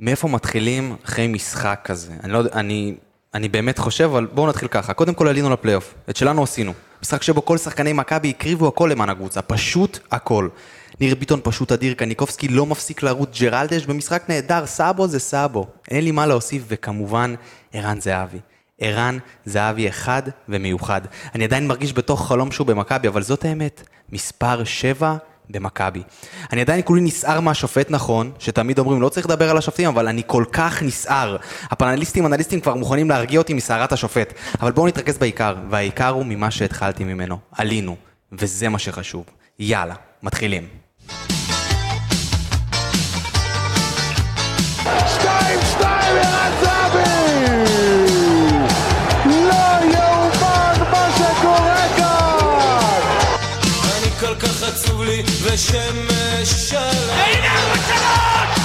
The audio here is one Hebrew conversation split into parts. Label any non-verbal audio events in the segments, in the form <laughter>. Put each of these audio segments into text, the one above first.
מאיפה מתחילים אחרי משחק כזה? אני לא יודע, אני, אני באמת חושב, אבל בואו נתחיל ככה. קודם כל עלינו לפלייאוף, את שלנו עשינו. משחק שבו כל שחקני מכבי הקריבו הכל למען הקבוצה, פשוט הכל. ניר ביטון פשוט אדיר, קניקובסקי לא מפסיק לרוץ, ג'רלדש במשחק נהדר, סאבו זה סאבו. אין לי מה להוסיף, וכמובן, ערן זהבי. ערן זהבי אחד ומיוחד. אני עדיין מרגיש בתוך חלום שהוא במכבי, אבל זאת האמת. מספר 7 במכבי. אני עדיין כולי נסער מהשופט נכון, שתמיד אומרים לא צריך לדבר על השופטים, אבל אני כל כך נסער. הפנליסטים אנליסטים כבר מוכנים להרגיע אותי מסערת השופט. אבל בואו נתרכז בעיקר, והעיקר הוא ממה שהתחלתי ממנו. עלינו, וזה מה שחשוב. יאללה, מתחילים. שתיים, שתיים, ערן זהבי! לא יאומן מה שקורה כאן! אני כל כך עצוב לי ושמש שלם הנה ארבע שלוש!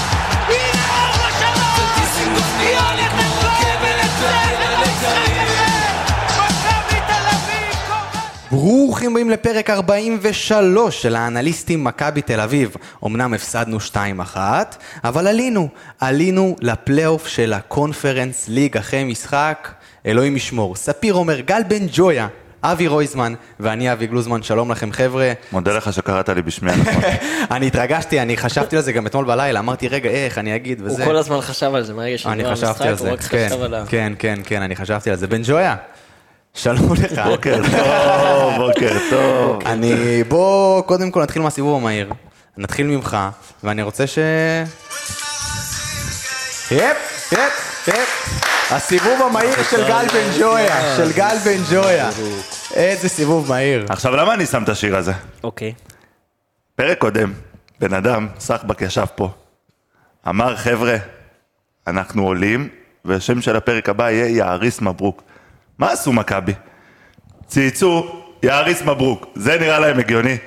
הנה ארבע שלוש! דיזינגוף היא נראה לי הולכת כמו ואבן רכבת אצלנו לילה במשחק הזה! מכבי תל אביב קוראת! ברוכים הבאים לפרק 43 של האנליסטים מכבי תל אביב. אמנם הפסדנו 2-1, אבל עלינו. עלינו לפלייאוף של הקונפרנס ליג אחרי משחק, אלוהים ישמור. ספיר אומר, גל בן ג'ויה, אבי רויזמן ואני אבי גלוזמן, שלום לכם חבר'ה. מודה לך שקראת לי בשמי נכון? הנכון. אני התרגשתי, אני חשבתי על זה גם אתמול בלילה, אמרתי, רגע, איך, אני אגיד, וזה. הוא כל הזמן חשב על זה, מהרגע אני שנגמר המשחק, חשבתי על הוא זה, רק כן, חשב על ה... כן, כן, כן, אני חשבתי על זה. בן ג'ויה, שלום לך. בוקר אוקיי, טוב, בוקר טוב. כן. אני... בוא קודם כל נתחיל מהסיבוב המהיר. נתחיל ממך, ואני רוצה ש... יפ, יפ, יפ. הסיבוב המהיר של גל בן ג'ויה, של גל בן ג'ויה. איזה סיבוב מהיר. עכשיו, למה אני שם את השיר הזה? אוקיי. פרק קודם, בן אדם, סחבק ישב פה, אמר, חבר'ה, אנחנו עולים, והשם של הפרק הבא יהיה יעריס מברוק. מה עשו מכבי? צייצו, יעריס מברוק. זה נראה להם הגיוני.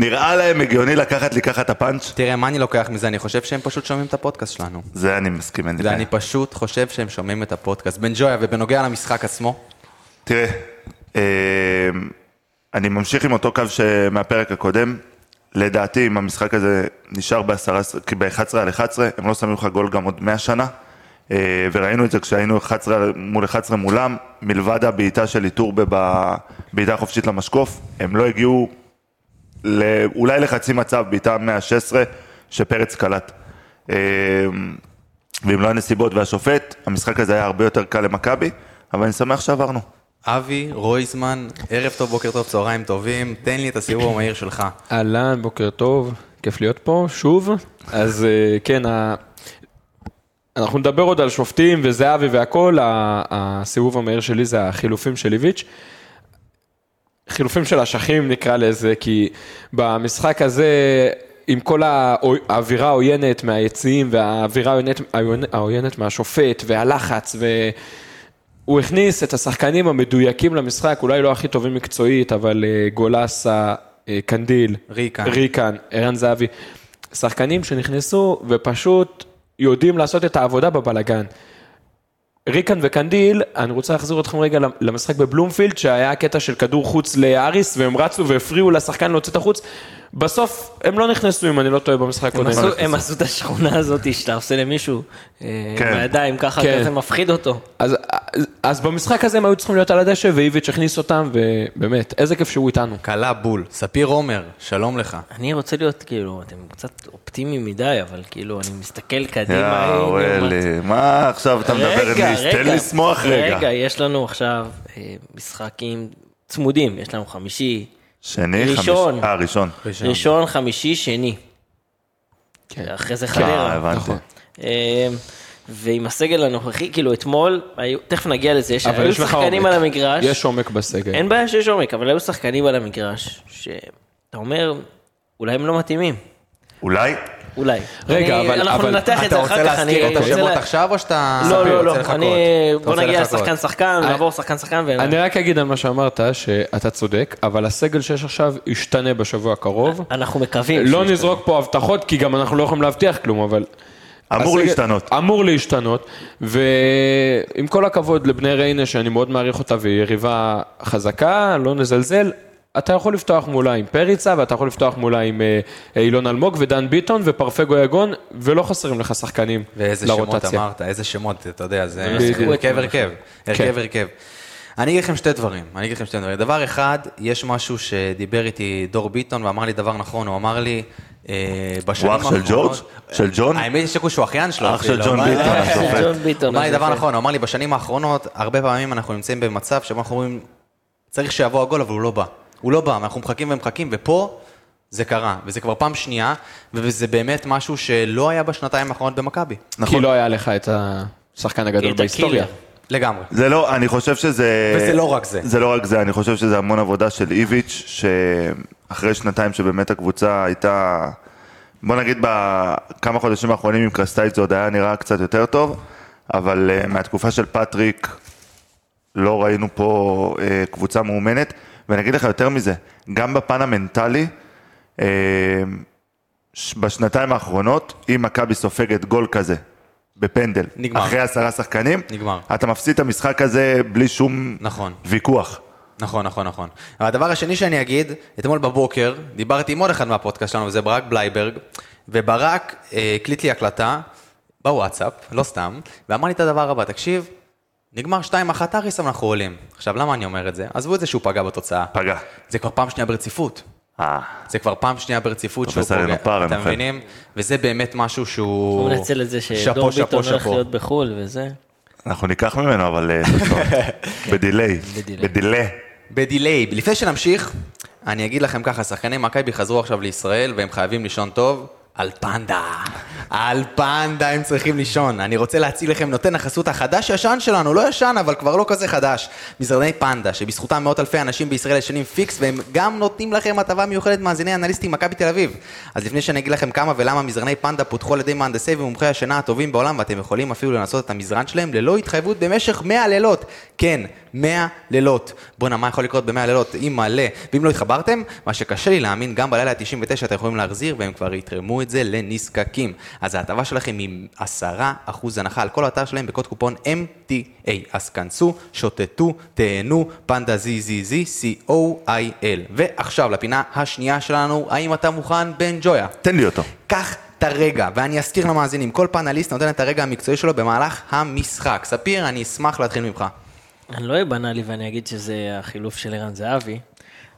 נראה להם הגיוני לקחת לי ככה את הפאנץ'? תראה, מה אני לוקח מזה? אני חושב שהם פשוט שומעים את הפודקאסט שלנו. זה אני מסכים, אין לי בעיה. ואני פשוט חושב שהם שומעים את הפודקאסט. בן ג'ויה, ובנוגע למשחק עצמו, תראה, אה, אני ממשיך עם אותו קו מהפרק הקודם. לדעתי, אם המשחק הזה נשאר ב-11, כי ב-11 על 11, הם לא שמים לך גול גם עוד 100 שנה. אה, וראינו את זה כשהיינו 11 על- מול 11 מולם, מלבד הבעיטה של איטורבה בבעיטה חופשית למשקוף, הם לא הגיעו לא, אולי לחצי מצב, בעיטה 116, שפרץ קלט. אה, ואם לא הנסיבות והשופט, המשחק הזה היה הרבה יותר קל למכבי, אבל אני שמח שעברנו. אבי, רויזמן, ערב טוב, בוקר טוב, צהריים טובים, תן לי את הסיבוב המהיר שלך. אהלן, בוקר טוב, כיף להיות פה שוב. אז אה, כן, ה... אנחנו נדבר עוד על שופטים וזהבי והכל, ה- הסיבוב המהיר שלי זה החילופים של איביץ'. חילופים של אשכים נקרא לזה, כי במשחק הזה, עם כל האו- האווירה העוינת מהיציעים והאווירה העוינת, העוינת- העוינת מהשופט והלחץ ו... הוא הכניס את השחקנים המדויקים למשחק, אולי לא הכי טובים מקצועית, אבל אה, גולסה, אה, קנדיל, ריקן. ריקן, ערן זהבי, שחקנים שנכנסו ופשוט יודעים לעשות את העבודה בבלגן. ריקן וקנדיל, אני רוצה להחזיר אתכם רגע למשחק בבלומפילד, שהיה הקטע של כדור חוץ לאריס, והם רצו והפריעו לשחקן להוציא את החוץ. בסוף הם לא נכנסו, אם אני לא טועה, במשחק הם הקודם. עשו- הם עשו את השכונה הזאת שאתה עושה למישהו, אה, כן. בידיים ככה, כן. כזה מפחיד אותו. אז, אז, אז במשחק הזה הם היו צריכים להיות על הדשא, ואיביץ' הכניס אותם, ובאמת, איזה כיף שהוא איתנו. קלה בול. ספיר עומר, שלום לך. אני רוצה להיות כאילו, אתם קצת אופטימיים מדי, אבל כאילו, אני מסתכל קדימה. אה, הנה, יאו, מה- אלי, אה, מה עכשיו אתה מדבר עם מיס? תן לשמוח רגע. רגע, יש לנו עכשיו אה, משחקים צמודים, יש לנו חמישי, שני, חמישי. ראשון. אה, ראשון. ראשון. ראשון, חמישי, שני. אחרי זה אה, חדרה. הבנתי. נכון. אמ, ועם הסגל הנוכחי, כאילו אתמול, היו- תכף נגיע לזה, יש- אבל היו יש לך שחקנים עומק. על המגרש, יש עומק בסגל. אין בעיה שיש עומק, אבל היו שחקנים על המגרש, שאתה אומר, אולי הם לא מתאימים, אולי? אולי. רגע, אני- אבל- אנחנו אבל ננתח את אתה זה אחר רוצה כך, אני להזכיר את רוצה השמות לה- עכשיו, או שאתה... לא, ספיר, לא, רוצה לא, לחכות? אני... אתה בוא רוצה נגיע לחכות. לשחקן שחקן, אני- נעבור שחקן שחקן, ו... אני רק אגיד על מה שאמרת, שאתה צודק, אבל הסגל שיש עכשיו ישתנה בשבוע אה, הקרוב. אנחנו מקווים. לא שיש- נזרוק פה הבטחות, כי גם אנחנו לא יכולים להבטיח כלום, אבל... אמור הסגל- להשתנות. אמור להשתנות, ועם כל הכבוד לבני ריינה, שאני מאוד מעריך אותה, והיא יריבה חזקה, לא נזלזל, אתה יכול לפתוח מולה עם פריצה, ואתה יכול לפתוח מולה עם אה, אה, אילון אלמוג ודן ביטון ופרפגו יגון, ולא חסרים לך שחקנים ואיזה שמות לרוטציה. אמרת, איזה שמות, אתה יודע, לא, זה בדיוק. הרכב הרכב, הרכב כן. הרכב. אני אגיד לכם שתי דברים, אני אגיד לכם שתי דברים. דבר אחד, יש משהו שדיבר איתי דור ביטון ואמר לי דבר נכון, הוא אמר לי, אה, בשנים הוא אח של ג'ורג'? של ג'ון? האמת היא שקוש הוא אחיין שלו. אח של אפילו, ג'ון אבל- אה, ביטון, השופט. ג'ון ביטון. הוא אמר לי דבר השופט. נכון, הוא אמר לי, בשנים האחרונות, הרבה פעמים אנחנו נמצאים במצב שבו אנחנו אומרים, צריך שיבוא הגול, אבל הוא לא בא. הוא לא בא, ואנחנו מחכים ומחכים, ופה זה קרה, וזה כבר פעם שנייה, וזה באמת משהו שלא היה בשנתיים האחרונות במכבי. נכון. כי לא היה לך את השחקן הגדול את בהיסטוריה. הקילר. לגמרי. זה לא, אני חושב שזה... וזה לא רק זה. זה לא רק זה, אני חושב שזה המון עבודה של איביץ', שאחרי שנתיים שבאמת הקבוצה הייתה... בוא נגיד בכמה חודשים האחרונים עם קרסטייץ' זה עוד היה נראה קצת יותר טוב, אבל אה, מהתקופה של פטריק לא ראינו פה אה, קבוצה מאומנת, ואני אגיד לך יותר מזה, גם בפן המנטלי, אה, ש- בשנתיים האחרונות, אם מכבי סופגת גול כזה בפנדל, נגמר. אחרי עשרה שחקנים, נגמר. אתה מפסיד את המשחק הזה בלי שום נכון. ויכוח. נכון, נכון, נכון. הדבר השני שאני אגיד, אתמול בבוקר דיברתי עם עוד אחד מהפודקאסט שלנו, וזה ברק בלייברג, וברק אה, הקליט לי הקלטה בוואטסאפ, לא סתם, ואמר לי את הדבר הבא, תקשיב, נגמר 2-1 אריס, אבל אנחנו עולים. עכשיו, למה אני אומר את זה? עזבו את זה שהוא פגע בתוצאה. פגע. זה כבר פעם שנייה ברציפות. אה, זה כבר פעם שנייה ברציפות שהוא תופס עלינו פוגע, פער, אתם הם אחרי. מבינים? וזה באמת משהו שהוא... הוא מנצל את זה שאפו, שדור שאפו, ביטון הולך שאפו. להיות בחו"ל וזה. אנחנו ניקח ממנו, אבל אה, תוצאות. בדיליי. בדיליי. בדיליי. בדיליי. לפני שנמשיך, אני אגיד לכם ככה, שחקני מכבי חזרו עכשיו לישראל והם חייבים לישון טוב. על פנדה, על פנדה הם צריכים לישון. אני רוצה להציג לכם נותן החסות החדש-ישן שלנו, לא ישן, אבל כבר לא כזה חדש. מזרני פנדה, שבזכותם מאות אלפי אנשים בישראל ישנים פיקס, והם גם נותנים לכם הטבה מיוחדת מאזיני אנליסטים מכבי תל אביב. אז לפני שאני אגיד לכם כמה ולמה מזרני פנדה פותחו על ידי מהנדסי ומומחי השינה הטובים בעולם, ואתם יכולים אפילו לנסות את המזרן שלהם ללא התחייבות במשך 100 לילות. כן, 100 לילות. בואנה, מה יכול לקרות ב-100 לילות? אם מלא. ואם לא התחברתם, מה שקשה לי להאמין, גם בלילה ה-99 אתם יכולים להחזיר, והם כבר יתרמו את זה לנזקקים. אז ההטבה שלכם היא 10% הנחה על כל האתר שלהם בקוד קופון MTA. אז כנסו, שוטטו, תהנו, פנדה ZZZ, COIL. ועכשיו לפינה השנייה שלנו, האם אתה מוכן, בן ג'ויה? תן לי אותו. קח את הרגע, ואני אזכיר למאזינים, כל פאנליסט נותן את הרגע המקצועי שלו במהלך המשחק. ספיר, אני אשמח להתחיל ממך. אני לא אהיה בנאלי ואני אגיד שזה החילוף של ערן זהבי,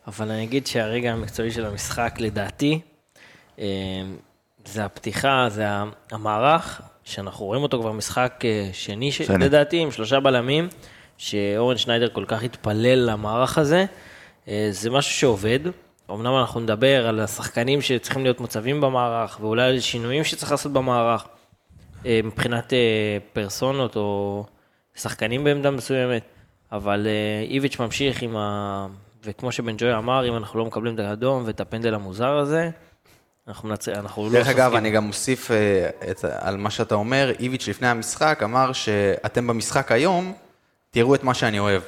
אבל אני אגיד שהרגע המקצועי של המשחק, לדעתי, אה, זה הפתיחה, זה ה- המערך, שאנחנו רואים אותו כבר משחק אה, שני, ש- שני. לדעתי, עם שלושה בלמים, שאורן שניידר כל כך התפלל למערך הזה. אה, זה משהו שעובד. אמנם אנחנו נדבר על השחקנים שצריכים להיות מוצבים במערך, ואולי על שינויים שצריך לעשות במערך. אה, מבחינת אה, פרסונות או שחקנים בעמדה מסוימת, אבל אה, איביץ' ממשיך עם ה... וכמו שבן ג'וי אמר, אם אנחנו לא מקבלים את האדום ואת הפנדל המוזר הזה, אנחנו מנצ... אנחנו לא... דרך אגב, סופגים. אני גם אוסיף אה, את- על מה שאתה אומר, איביץ' לפני המשחק אמר שאתם במשחק היום, תראו את מה שאני אוהב,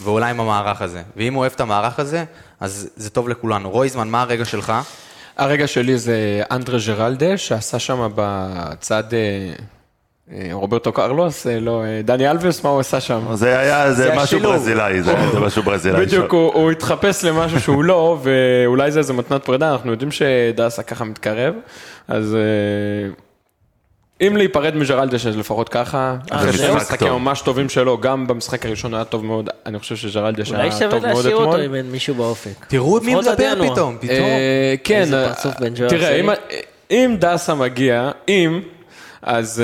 ואולי עם המערך הזה. ואם הוא אוהב את המערך הזה, אז זה טוב לכולנו. רויזמן, מה הרגע שלך? הרגע שלי זה אנדרה ג'רלדה, שעשה שם בצד אה, אה, רוברטו קרלוס, אה, לא, אה, דני אלווס, מה הוא עשה שם? זה היה, זה זה משהו השילוב. ברזילאי, זה זה משהו ברזילאי. בדיוק, הוא, הוא התחפש למשהו שהוא לא, ואולי זה איזה מתנת פרידה, אנחנו יודעים שדסה ככה מתקרב, אז אה, אם להיפרד מג'רלדה, שלפחות ככה, אה, אחרי משחק שני משחקים טוב. ממש טובים שלו, גם במשחק הראשון היה טוב מאוד, אני חושב שג'רלדה אולי שהיה שווה אה, טוב מאוד להשאיר אותו אתמול. אם אין מישהו באופק. תראו מי לפחות עד מדבר ינואר. פתאום, פתאום. אה, כן, איזה אה, פרצוף בן ג'ואל תראה, שלי. אם- אם דסה מגיע, אם, אז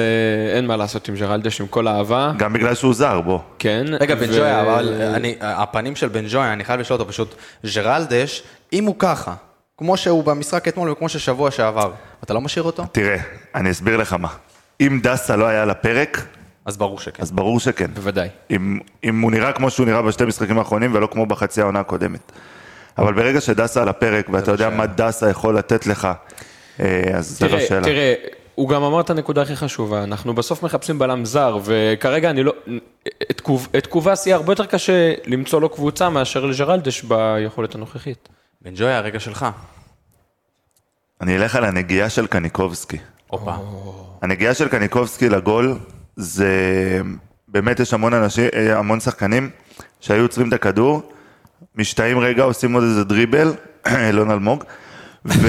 אה, אין מה לעשות עם ג'רלדש, עם כל האהבה, גם בגלל שהוא זר, בוא. כן. רגע, בן ו- ג'ויה, אבל אני- הפנים של בן ג'ויה, אני חייב לשאול אותו פשוט, ג'רלדש, אם הוא ככה, כמו שהוא במשחק אתמול וכמו ששבוע שעבר, אתה לא משאיר אותו? תראה, אני אסביר לך מה. אם דסה לא היה על הפרק, אז ברור שכן. אז ברור שכן. בוודאי. אם, אם הוא נראה כמו שהוא נראה בשתי משחקים האחרונים ולא כמו בחצי העונה הקודמת. אבל ברגע שדסה על הפרק ואתה יודע מה דסה יכול לתת לך, אה, אז זו לא תראה, שאלה. תראה, הוא גם אמר את הנקודה הכי חשובה, אנחנו בסוף מחפשים בלם זר, וכרגע אני לא... את קוב- את קובאס יהיה הרבה יותר קשה למצוא לו קבוצה מאשר לג'רלדש ביכולת הנוכחית. בן ג'ויה, הרגע שלך. אני אלך על הנגיעה של קניקובסקי. הופה. הנגיעה של קניקובסקי לגול, זה באמת יש המון אנשים, אה, המון שחקנים שהיו עוצרים את הכדור, משתאים רגע, עושים עוד איזה דריבל, <clears throat> אילון אלמוג, ו... <laughs>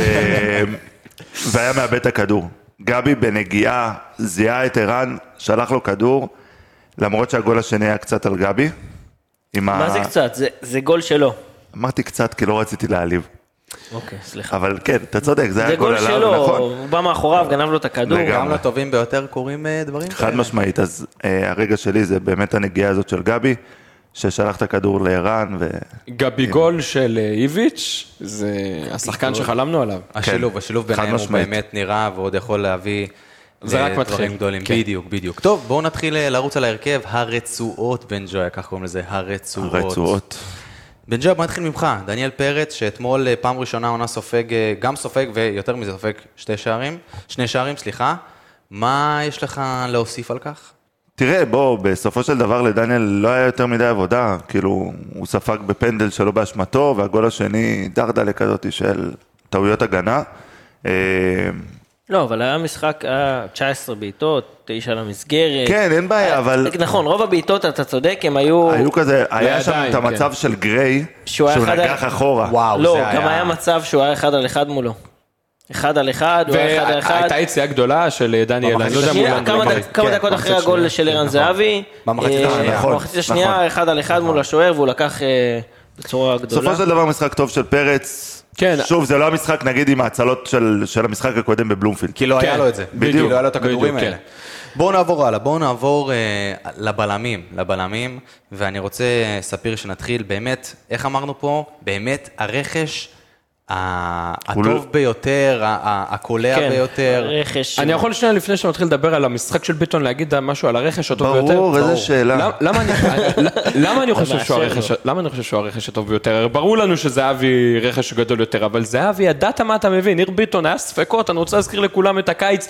והיה מאבד את הכדור. גבי בנגיעה זיהה את ערן, שלח לו כדור, למרות שהגול השני היה קצת על גבי. עם מה זה קצת? זה- זה גול שלו. אמרתי קצת כי לא רציתי להעליב. אוקיי, סליחה. אבל כן, אתה צודק, זה זה היה גול גול עליו, שלו, נכון. הוא בא מאחוריו, גנב לו את הכדור. לגמרי. גם לטובים ביותר קורים אה, דברים חד משמעית, אז אה, הרגע שלי זה באמת הנגיעה הזאת של גבי, ששלח את הכדור לערן, ו... כן. גביגול של אה, איביץ', זה השחקן שחלמנו עליו. לא, השילוב, כן. השילוב חד ביניהם הוא משמעית. באמת נראה ועוד יכול להביא זה רק לדברים מתחיל, גדולים. כן. בדיוק, בדיוק. טוב, בואו נתחיל אה, לרוץ על ההרכב. הרצועות, בן ג'ויה, כך קוראים לזה, הרצועות. רצועות. בן ג'ויה, בוא נתחיל ממך. דניאל פרץ, שאתמול אה, פעם ראשונה עונה סופג, אה, גם סופג ויותר מזה סופג שתי שערים, שני שערים, סליחה. מה יש לך להוסיף על כך? תראה, בוא, בסופו של דבר לדניאל לא היה יותר מדי עבודה, כאילו, הוא ספג בפנדל שלא באשמתו, והגול השני, דרדלה כזאת של טעויות הגנה. אה, לא, אבל היה משחק, היה 19 בעיטות, 9 למסגרת. כן, אין בעיה, היה- אבל- נכון, רוב הבעיטות, אתה צודק, הם היו... היו כזה, היה שם לידיים, את המצב כן. של גריי, שהוא שהוא היה אחד ה- נגח אחורה. וואו, לא, זה גם היה מצב שהוא היה אחד על אחד מולו. אחד על אחד, הוא היה אחד על אחד. והייתה יציאה גדולה של אה, דניאל, אני לא יודע שנייה, מול כמה אנדרי. דק- כמה כן, דקות אחרי במחצית הגול של ערן זהבי. במחצית אה, השנייה, נכון, במחצית השנייה, נכון. אחד על אחד מול השוער, והוא לקח אה, בצורה גדולה. בסופו של דבר משחק טוב של פרץ. כן. שוב, זה לא המשחק, נגיד, עם ההצלות של, של המשחק הקודם בבלומפילד. כי לא היה לו את זה. בדיוק, כי לא היה לו את הכדורים בדיוק, האלה. כן. בואו נעבור הלאה, בואו נעבור אה, לבלמים, לבלמים, ואני רוצה, אה, ספיר, שנתחיל באמת, איך אמרנו פה? באמת הרכש ה- הוא לא- הטוב ביותר, ה- ה- הקולע כן, ביותר. רכש. אני יכול שנייה לפני שנתחיל לדבר על המשחק של ביטון להגיד משהו על הרכש הטוב ביותר? ברור, איזה שאלה. למה- למה אני- <laughs> למה אני חושב שהוא מאשר הרכש- למה אני חושב שהוא הרכש הטוב ביותר? הרי ברור לנו שזהבי רכש גדול יותר, אבל זהבי, ידעת מה אתה מבין, ניר ביטון, היה ספקות, אני רוצה להזכיר לכולם את הקיץ.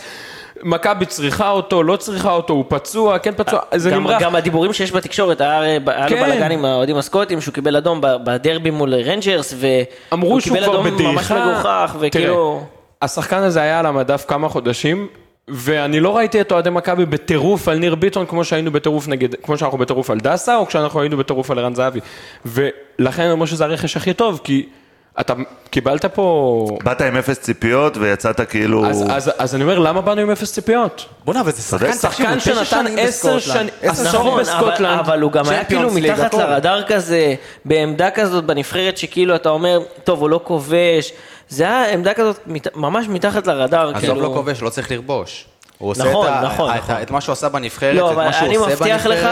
מכבי צריכה אותו, לא צריכה אותו, הוא פצוע, כן פצוע, זה אה, גם- נמרח. גם הדיבורים שיש בתקשורת, היה הרי- היה לו כן. בלאגן עם האוהדים הסקוטים, שהוא קיבל אדום ב- בדרבי מול רנג'רס, והוא אמרו שהוא קיבל כבר אדום בדעיכה. ממש מגוחך, וכאילו... תראה, השחקן הזה היה על המדף כמה חודשים, ואני לא ראיתי את אוהדי מכבי בטירוף על ניר ביטון כמו שהיינו בטירוף נגד, כמו שאנחנו בטירוף על דסה, או כשאנחנו היינו בטירוף על ערן זהבי. ולכן אני אומר שזה הרכש הכי טוב, כי אתה קיבלת פה... באת עם אפס ציפיות ויצאת כאילו... אז, אז, אז אני אומר, למה באנו עם אפס ציפיות? בואנה, אבל זה שחקן, צודק. תקשיבו, שחקן תשע שנתן שנים עשר בסקוטלנד. שנים, עשר עשור נכון, אבל, בסקוטלנד. אבל הוא גם היה כאילו צ'מפיונס ליג, מתחת הכל. לרדאר כזה, בעמדה כזאת בנבחרת שכאילו אתה אומר, טוב, הוא לא כובש. זה היה עמדה כזאת מת- ממש מתחת לרדאר, כאילו... עזוב, לא כובש, לא צריך לכבוש. הוא עושה נכון, את ה- נכון, את ה- נכון. את מה שהוא עשה בנבחרת, לא, את אבל מה שהוא אני עושה בנבחרת. מבטיח לך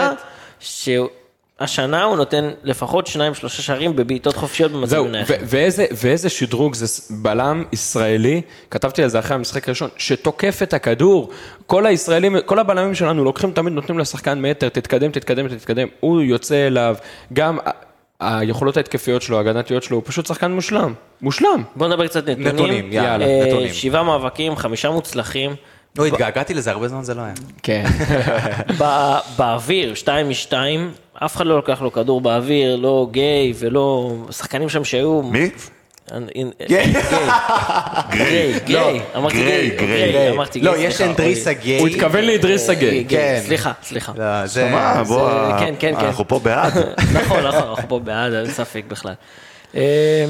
שהשנה הוא נותן לפחות שניים, שלושה שערים בבעיטות חופשיות במצב זהו, מנהל. ו- ואיזה, ואיזה שדרוג זה ס- בלם ישראלי, כתבתי על זה אחרי המשחק הראשון, שתוקף את הכדור. כל הישראלים, כל הבלמים שלנו לוקחים תמיד, נותנים לשחקן מטר, תתקדם, תתקדם, תתקדם. הוא יוצא אליו, גם ה- היכולות ההתקפיות שלו, ההגנתיות שלו, הוא פשוט שחקן מושלם. מושלם. בוא נדבר קצת נתונים. נתונים, יאללה, אה, נתונים. שבעה מאבקים, חמישה מוצלחים. לא, התגעגעתי לזה, הרבה זמן זה לא היה. כן. ב- באוויר, שתיים משתיים, אף אחד לא לקח לו כדור באוויר, לא גיי ולא... שחקנים שם שהיו... מי? גיי. גיי, גיי. אמרתי גיי, גיי. גיי. גיי, אמרתי גיי. לא, יש סליחה, אנדריסה אוי. גיי. הוא התכוון לאדריס גיי, הגן. גיי, כן. סליחה, סליחה. לא, זה... מה, בוא, אה, זה- כן, כן, כן. אנחנו פה בעד. נכון, נכון, אנחנו פה בעד, אין ספק בכלל. אמ, אה,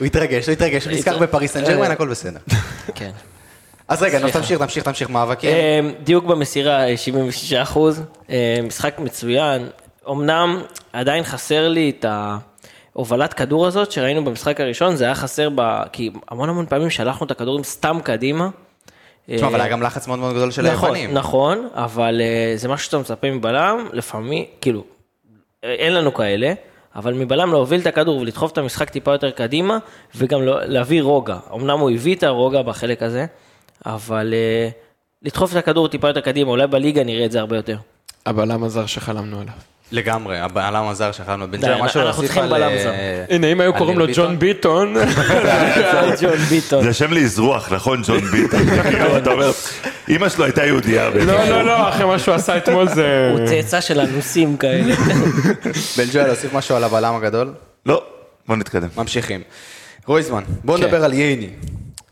הוא התרגש, הוא התרגש, הוא אה, נזכר בפריס סן ג'רמן, הכל בסדר. כן. אז רגע, נו, תמשיך, תמשיך, תמשיך, מאבקים. אמ, דיוק במסירה, אה, 76 אחוז, אמ, משחק מצוין. אמנם עדיין חסר לי את ההובלת כדור הזאת שראינו במשחק הראשון, זה היה חסר, ב... כי המון המון פעמים שלחנו את הכדורים סתם קדימה. תשמע, אבל אה, היה גם לחץ מאוד מאוד גדול של נכון, היוונים. נכון, אבל אה, זה משהו שאתה מצפה מבלם, לפעמים, כאילו, אה, אין לנו כאלה, אבל מבלם להוביל את הכדור ולדחוף את המשחק טיפה יותר קדימה, וגם לא- להביא רוגע. אמנם הוא הביא את הרוגע בחלק הזה, אבל אה, לדחוף את הכדור טיפה יותר קדימה, אולי בליגה נראה את זה הרבה <laughs> יותר. הבלם הזר שחלמנו עליו. לגמרי, הבלם הזר שחררנו את בן די, ג'ר, משהו אנחנו להוסיף צריכים על... בלם אה, זר. הנה, אם היו על אה, קוראים ניר לו ג'ון ביטון, <laughs> ג'ון ביטון. זה שם לאזרוח, נכון, ג'ון ביטון? כאילו, אתה אומר, אמא שלו הייתה יהודייה. בעצם. לא, לא, לא, אחרי מה שהוא עשה אתמול זה... הוא צאצא של אנוסים כאלה. בן ג'ר, להוסיף משהו על הבלם הגדול? לא, בוא נתקדם. ממשיכים. רויזמן, בואו כן. כן. נדבר על ייני.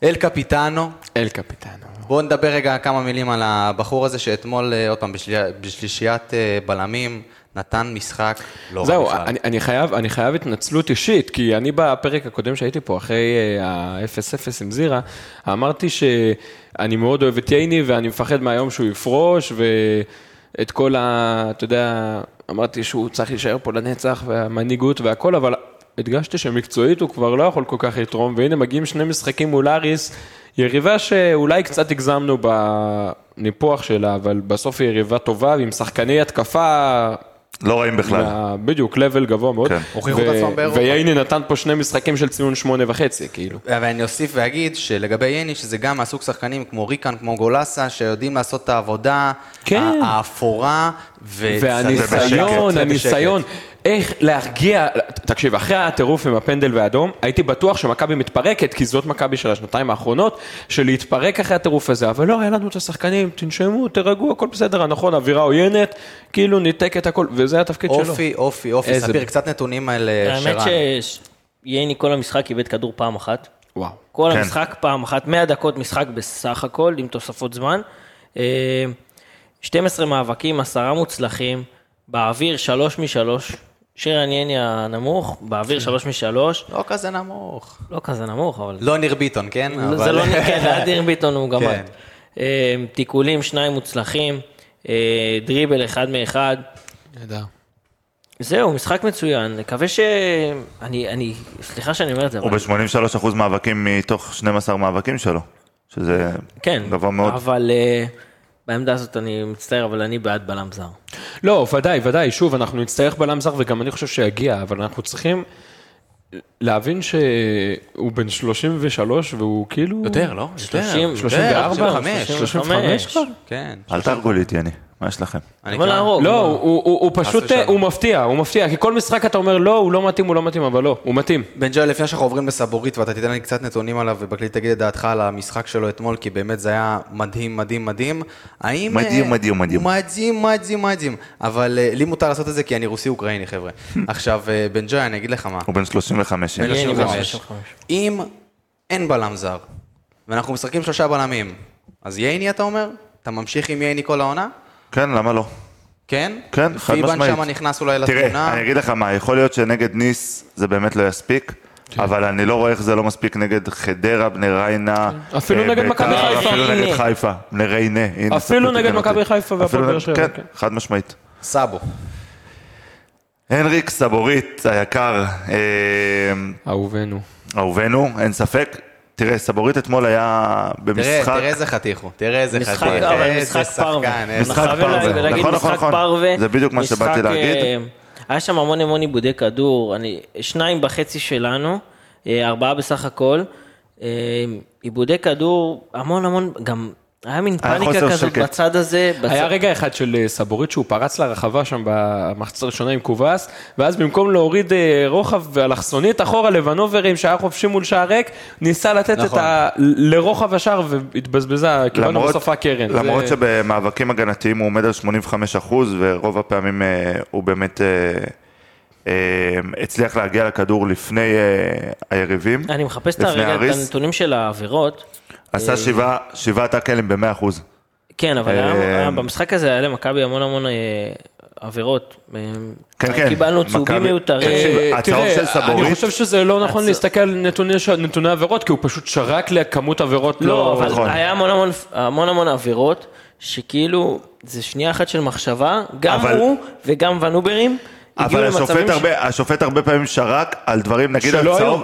אל קפיטנו, אל קפיטנו. בואו נדבר רגע כמה מילים על הבחור הזה שאתמול, אה, עוד פעם, בשלי- בשלישיית אה, בלמים, נתן משחק לא רע זהו, בכלל. אני, אני, חייב, אני חייב התנצלות אישית, כי אני בפרק הקודם שהייתי פה, אחרי אה, ה-0-0 עם זירה, אמרתי שאני מאוד אוהב את ייני ואני מפחד מהיום שהוא יפרוש, ואת כל ה... אתה יודע, אמרתי שהוא צריך להישאר פה לנצח, והמנהיגות והכל, אבל הדגשתי שמקצועית הוא כבר לא יכול כל כך לתרום, והנה מגיעים שני משחקים מול אריס, יריבה שאולי קצת הגזמנו בניפוח שלה, אבל בסוף היא יריבה טובה, ועם שחקני התקפה... לא רעים בכלל. מה- בדיוק, לבל גבוה מאוד. כן. הוכיחו את ו- עצמם באירופה. וייני נתן פה שני משחקים של ציון שמונה וחצי, כאילו. ואני אוסיף ואגיד שלגבי ייני, שזה גם מהסוג שחקנים כמו ריקן, כמו גולסה, שיודעים לעשות את העבודה כן. ה- האפורה, ו- והניסיון, ובשקט. הניסיון, איך להרגיע, תקשיב, אחרי הטירוף עם הפנדל והאדום, הייתי בטוח שמכבי מתפרקת, כי זאת מכבי של השנתיים האחרונות, של להתפרק אחרי הטירוף הזה, אבל לא, היה לנו את השחקנים, תנשמו, תירגעו, הכל בסדר, נכון, אווירה עוינת, כאילו ניתק את הכל, וזה התפקיד שלו. אופי, אופי, אופי, איזה- ספיר, קצת נתונים על אה, <laughs> האמת שרן. שייני כל המשחק איבד כדור פעם אחת. וואו. כל כן. המשחק פעם אחת, 100 דקות משחק בסך הכל, עם תוספות זמן. אה, 12 מאבקים, 10 מוצלחים, באוויר 3 מ-3. שרן יני הנמוך, באוויר 3 מ-3. לא כזה נמוך. לא כזה נמוך, אבל... לא ניר ביטון, כן? לא, זה אבל- לא נקרא, אדיר ביטון הוא כן. גמד. אה, תיקולים, שניים מוצלחים, אה, דריבל אחד מאחד. נהדר. זהו, משחק מצוין, נקווה ש... אני, אני, סליחה שאני אומר את זה, הוא אבל... ב-83% מאבקים מתוך 12 מאבקים שלו, שזה כן, גבוה מאוד. אבל אה, בעמדה הזאת אני מצטער, אבל אני בעד בלם זר. לא, ודאי, ודאי, שוב, אנחנו נצטרך בלם זר, וגם אני חושב שיגיע, אבל אנחנו צריכים להבין שהוא בן 33 והוא כאילו... יותר, לא? שלושים, שלושים וארבע, 35, 35 כבר? כן. אל תהרגו לי את יני, מה יש לכם? אני אבל כאן. להרוג. לא, הוא- הוא הוא- הוא פשוט, ושלום. הוא מפתיע, הוא מפתיע, כי כל משחק אתה אומר, לא, הוא לא מתאים, הוא לא מתאים, אבל לא, הוא מתאים. בן ג'וי, לפני שאנחנו עוברים לסבורית ואתה תיתן לי קצת נתונים עליו ובקליט תגיד את דעתך על המשחק שלו אתמול, כי באמת זה היה מדהים, מדהים, מדהים. האם... מדהים, אה, מדהים, מדהים. מדהים, מדהים, מדהים. אבל אה, לי מותר לעשות את זה כי אני רוסי-אוקראיני, <laughs> חבר'ה. עכשיו, אה, בן ג'וי, אני אגיד לך מה. הוא בן 35. בן יני. יני בן 35. 35. אם אין בלם זר, ואנחנו משחקים שלושה בלמים, אז ייני אתה אומר? אתה ממשיך עם ייני כל העונה? כן, למה לא? כן? כן, חד פיבן משמעית. שם נכנס אולי לתמונה. תראה, אה, אני אגיד לך מה, יכול להיות שנגד ניס זה באמת לא יספיק, כן. אבל אני לא רואה איך זה לא מספיק נגד חדרה, בני ריינה. אפילו אה, נגד ביתר, מכבי חיפה. אפילו נגד הנה. חיפה, בני ריינה. הנה, אפילו ספיר נגד תיקן אותי. מכבי חיפה והפועל אפילו באר נגד- שבע, כן, כן. חד משמעית. סאבו. הנריק סבורית היקר, אה, אהובנו. אהובנו, אין ספק. תראה, סבורית אתמול היה תראה, במשחק... תראה איזה חתיך הוא, תראה איזה חתיך, משחק, אבל איזה משחק פרווה. שחקן, איזה משחק אנחנו חייבים פרווה. להגיד נכון, נכון, משחק נכון. פרווה. זה בדיוק מה שבאתי משחק, להגיד. אה, היה שם המון המון עיבודי כדור, אני, שניים וחצי שלנו, אה, ארבעה בסך הכל. אה, עיבודי כדור, המון המון, גם היה מין היה פאניקה חוסר כזאת שקט. בצד הזה. בצד- היה רגע אחד של אה, סבורית שהוא פרץ לרחבה שם במחצית הראשונה עם קובאס, ואז במקום להוריד אה, רוחב ואלכסונית אחורה לבנוברים שהיה חופשי מול שער ריק, ניסה לתת את נכון. ה... לרוחב השער והתבזבזה, קיבלנו למרות- בסופה לא, קרן. למרות זה- שבמאבקים הגנתיים הוא עומד על 85 ורוב הפעמים אה, הוא באמת אה, אה, הצליח להגיע לכדור לפני אה, היריבים. אני מחפש את לפני הרגע- את האריס. הנתונים של העבירות. עשה שבעה- שבעה טאקלים ב-100 כן, אבל היה- אה, היה- במשחק הזה היה למכבי המון המון אה, עבירות. אה, כן, כן. קיבלנו צהובים מכבי- מיותרים. תקשיב, אה, הצהוב תראה, של סבורית- אני חושב שזה לא נכון הצ- להסתכל על נתוני ש- נתוני עבירות, כי הוא פשוט שרק לכמות עבירות לא, לא... אבל נכון. היה המון המון, המון המון עבירות, שכאילו, זה שנייה אחת של מחשבה, גם אבל- הוא וגם ונוברים, הגיעו אבל השופט למצבים ש... הרבה, השופט הרבה פעמים שרק על דברים, נגיד שלא היו. הצהוב,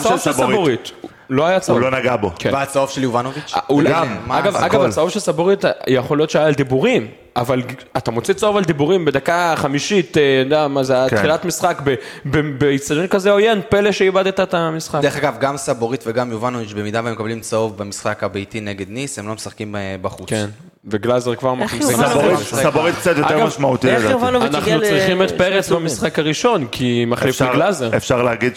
הצהוב של סבורית, לא היה צהוב. הוא לא נגע בו. כן. והצהוב של יובנוביץ'? אולי, תגיד לי, גם, אה, מה אגב, זה? אגב, הכל. הצהוב של סבורית, אה, יכול להיות שהיה על דיבורים, אבל אתה מוצא צהוב על דיבורים בדקה חמישית, אה, יודע מה זה, כן. תחילת משחק ב- ב- באיצטדיון כזה עוין, פלא שאיבדת את המשחק. דרך אגב, גם סבורית וגם יובנוביץ', במידה והם מקבלים צהוב במשחק הביתי נגד ניס, הם לא משחקים אה, בחוץ. כן, וגלאזר כבר מכניס. יובנוביץ' סבורית- זה- סבורית קצת יותר אגב, משמעותי איך לדעתי. יובנוביץ' הגיע אנחנו ל- צריכים את שני פרץ צהובים? במשחק הראשון, כי מחליף אפשר- לגלאזר. אפשר להגיד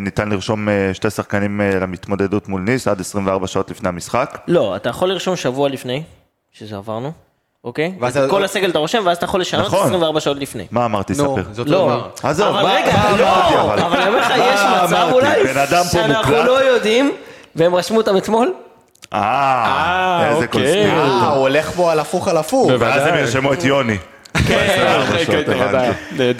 שניתן לרשום אה, שתי שחקנים אה, למתמודדות מול ניס עד 24 שעות לפני המשחק. לא, אתה יכול לרשום שבוע לפני, שזה עברנו, אוקיי? ואז את אתה- כל הסגל אתה רושם, ואז אתה יכול לשנות נכון. 24 שעות לפני. מה אמרתי, נו, ספיר? זה אותו לא, דבר. עזוב, אבל מה- רגע, מה אמרתי, לא, אבל? אה, אבל אני אומר לך, יש מצב אמרתי? אולי, בן אדם פה שאנחנו מוקלט? לא יודעים, והם רשמו אותם אתמול? אה, איזה אוקיי. קונספירטור. אה, הוא הולך פה על הפוך על הפוך. ואז הם בוודאי. ירשמו את יוני. כן, ב-24 אחרי שעות, כן, הבנתי. נהדר,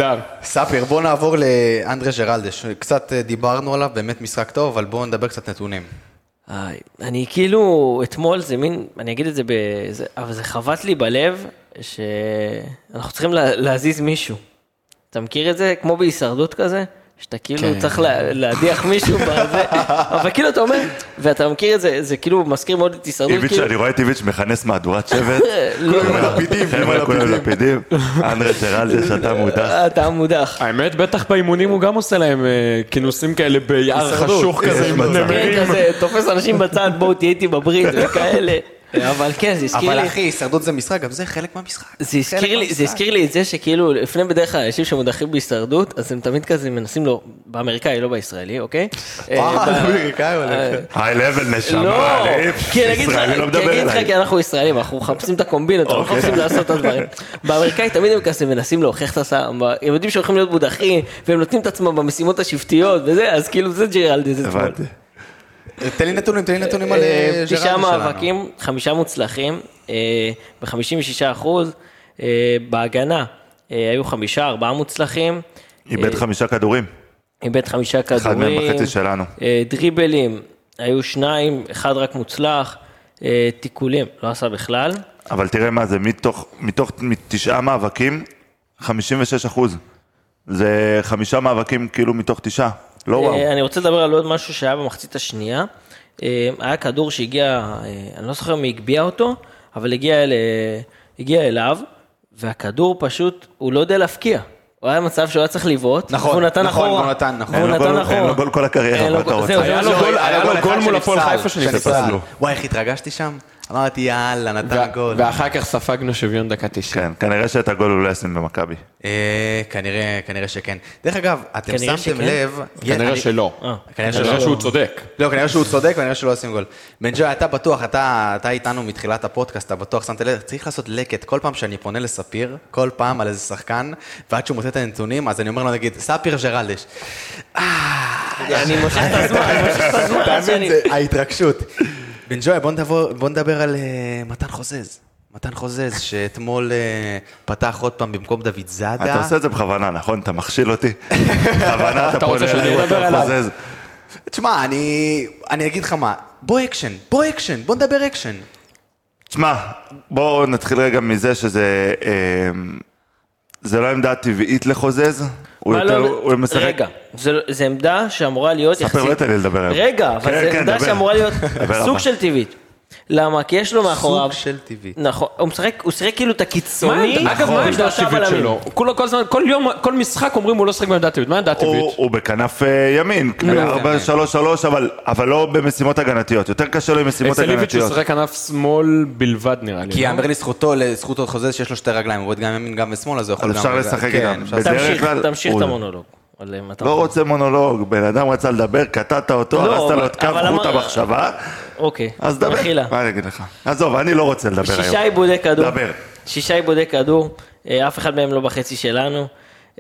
נהדר. ספיר, בוא נעבור לאנדרה ג'רלדש. קצת אה, דיברנו עליו, באמת משחק טוב, אבל בואו נדבר קצת נתונים. איי, אני כאילו, אתמול זה מין, אני אגיד את זה, בזה, אבל זה חבט לי בלב, שאנחנו צריכים לה, להזיז מישהו. אתה מכיר את זה? כמו בהישרדות כזה? שאתה כאילו כן. צריך לה, להדיח מישהו בזה, אבל כאילו אתה אומר, ואתה מכיר את זה, זה כאילו מזכיר מאוד את הישרדות, איביץ', כאילו, אני רואה את איביץ' מכנס <laughs> מהדורת שבט. לא, לפידים, חבר'ה, כולם לפידים. אנדרה ג'רלדש, אתה מודח. אתה מודח. האמת, בטח באימונים הוא גם עושה להם אה, כינוסים כאלה ביער הישרדות. חשוך כזה עם מצב. נמרים. כן, כזה, תופס אנשים בצד, בואו תהיה איתי בברית וכאלה. אבל כן, זה הזכיר אבל לי... אחי, הישרדות זה משחק, גם זה חלק מהמשחק. זה הזכיר, לי, זה הזכיר לי את זה שכאילו לפני בדרך כלל אנשים שמודחים בהישרדות אז הם תמיד כזה מנסים לו באמריקאי לא בישראלי אוקיי. אה, ב- האמריקאי הולך. היי לבל נשמה, לא, ליפ, כי אני אגיד לך- ישראלי לא כי אני מדבר אגיד לך, אליי. כי אנחנו ישראלים, אנחנו מחפשים את הקומבינות, אנחנו אוקיי. מחפשים לעשות את הדברים. באמריקאי תמיד הם כזה מנסים להוכיח את הסם, הם יודעים שהולכים להיות מודחים, והם נותנים את עצמם במשימות השבטיות וזה, אז כאילו זה ג'רלדי, זה אתמול. הבנתי. תן לי נתונים, תן לי נתונים על אה, ג'רלדש שלנו. תשעה מאבקים, חמישה מוצלחים, אה, ב-56 אחוז, אה, בהגנה אה, היו חמישה, ארבעה מוצלחים, איבד אה. חמישה כדורים. איבד חמישה כדורים, אחד מהם בחצי שלנו. אה, דריבלים, היו שניים, אחד רק מוצלח, אה, תיקולים, לא עשה בכלל, אבל תראה מה זה, מתוך, מתוך תשעה מאבקים, 56 אחוז. זה חמישה מאבקים כאילו מתוך תשעה. לא וואו. אה, אני רוצה לדבר על עוד משהו שהיה במחצית השנייה. אה, היה כדור שהגיע, אה, אני לא זוכר מי הגביה אותו, אבל הגיע, אל, אה, הגיע אליו, והכדור פשוט, הוא לא יודע להפקיע. הוא היה במצב שהוא היה צריך לבעוט, נכון, והוא נתן נכון, אחורה. והוא נתן, נכון. אין והוא לו נתן גול- אחורה. אין לו גול לא כל הקריירה, אין מה לו אתה גול, רוצה? זהו, היה זה לו לא- גול, היה לו אחד גול מול הפועל שנפסל, חיפה שנפסל. שפסלו. וואי, איך התרגשתי שם? אמרתי, יאללה, נתן גול. ואחר כך ספגנו שוויון דקה 90. כן, כנראה שאת הגול הוא לא ישים במכבי. אה, כנראה, כנראה שכן. דרך אגב, אתם כנראה שמתם שכן? לב... כן, כנראה אני- שלא. כנראה כנראה שלא. שהוא צודק. לא, כנראה שהוא צודק וכנראה שלא עושים גול. בן ג'וי, אתה בטוח, אתה, אתה איתנו מתחילת הפודקאסט, אתה בטוח שמת לב, צריך לעשות לקט כל פעם שאני פונה לספיר, כל פעם על איזה שחקן, ועד שהוא מוצא את הנתונים, אז אני אומר לו, נגיד, ספיר ג'רלדש. אני מושך את הזמן, אני מושך את הזמן. עד שאני- תאמין, זה ההתרגשות. בן ג'וי, בוא נדבר- בוא נדבר על אה, מתן חוזז. מתן חוזז, שאתמול אה, פתח עוד פעם במקום דוד זאדה. אתה עושה את זה בכוונה, נכון? אתה מכשיל אותי. בכוונה אתה פונה רוצה שאני אליי, אדבר אתה עליו? חוזז. תשמע, אני, אני אגיד לך מה, בוא אקשן, בוא אקשן, בוא נדבר אקשן. תשמע, בואו נתחיל רגע מזה שזה... אה, זה לא עמדה טבעית לחוזז. הוא מה לא- יותר... הוא משחק... רגע, זה- זה עמדה שאמורה להיות ספר, לא תן לי לדבר היום. רגע, כן, אבל זו כן, עמדה דבר. שאמורה להיות <laughs> דבר, סוג אבא. של טבעית. למה? כי יש לו מאחוריו... סוג של טבעי. נכון, הוא משחק, הוא שיחק כאילו את הקיצוני, מה, נכון, אגב, מה העמדה הטבעית שלו? הוא כולו כל הזמן, כל יום, כל משחק אומרים הוא לא שחק בעמדה הטבעית. מה העמדה הוא, הטבעית? הוא בכנף אה, ימין, כן. ב-4-3-3, אבל, אבל לא במשימות הגנתיות. יותר קשה לו עם משימות אצל איביץ' הוא הגנתיות. שחק כנף שמאל בלבד נראה לי. כי לא? יאמר לזכותו, לזכותו חוזז שיש לו שתי רגליים, הוא עובד גם ימין גם בשמאל, אז הוא יכול אבל גם... אפשר לשחק כן, איתם. אפשר בדרך תמשיך, כלל תמשיך הוא- את המונולוג. על אה, מתי לא הוא- רוצה מונולוג, בן אדם רצה לדבר, קטעת אותו, לא, הרסת אבל- לו את קו אבל חוט אמר- המחשבה, אוקיי, אז דבר. מחילה. מה אני אגיד לך? עזוב, אני לא רוצה לדבר היום. שישה עיבודי כדור. דבר. שישה עיבודי כדור, אה, אף אחד מהם לא בחצי שלנו.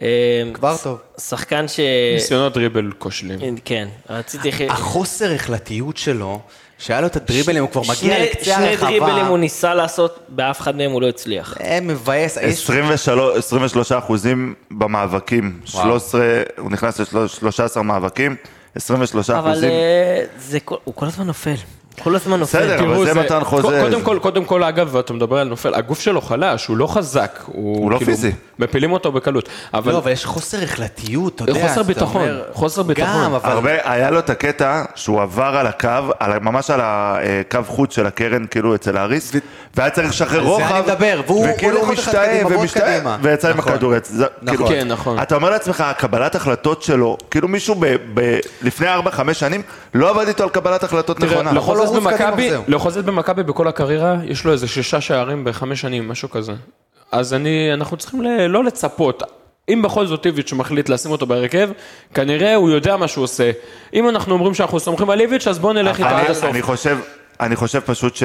אה, כבר טוב. שחקן ש... ניסיונות דריבל כושלים. כן, אה, רציתי... החוסר החלטיות שלו, שהיה לו את הדריבלים, הוא כבר מגיע שני- לקצה שני דריבלים הרחבה. הוא ניסה לעשות, באף אחד מהם הוא לא הצליח. אה, מבאס. יש- 23 23 אחוזים במאבקים, 13, הוא נכנס ל-13 מאבקים, 23 אבל אחוזים. אה, זה כל- הוא כל הזמן נופל. כל הזמן נופל. בסדר, תראו, אבל זה מתן חוזז. קודם כל, קודם כל, אגב, ואתה מדבר על נופל, הגוף שלו חלש, הוא לא חזק. הוא לא פיזי. מפילים אותו בקלות. אבל לא, אבל יש חוסר החלטיות, אתה יודע. חוסר אתה ביטחון, אומר- חוסר גם, ביטחון. אבל... הרבה, היה לו את הקטע שהוא עבר על הקו, על, ה- ממש על הקו חוץ של הקרן, כאילו אצל האריס, והיה צריך לשחרר על זה רוחב, אני מדבר, והוא וכאילו הולך עוד אחד קדימה ועוד קדימה. ויצא עם נכון. הכדור, יצא- נכון. כאילו, כן, נכון. אתה אומר לעצמך, הקבלת החלטות שלו, כאילו מישהו ב, ב, לפני 4-5 שנים, לא עבד איתו על קבלת החלטות תראה, נכונה. יכול לחוזז לרוץ נכון, במכבי, קדימה, זהו. לחוזז במכבי בכל הקריירה, יש לו איזה שישה שערים בחמש שנים, משהו כזה. אז אני, אנחנו צריכים ל, לא לצפות. אם בכל זאת איביץ' מחליט לשים אותו בהרכב, כנראה הוא יודע מה שהוא עושה. אם אנחנו אומרים שאנחנו סומכים על איביץ', אז בואו נלך איתו עד אני, הסוף. אני חושב, אני חושב פשוט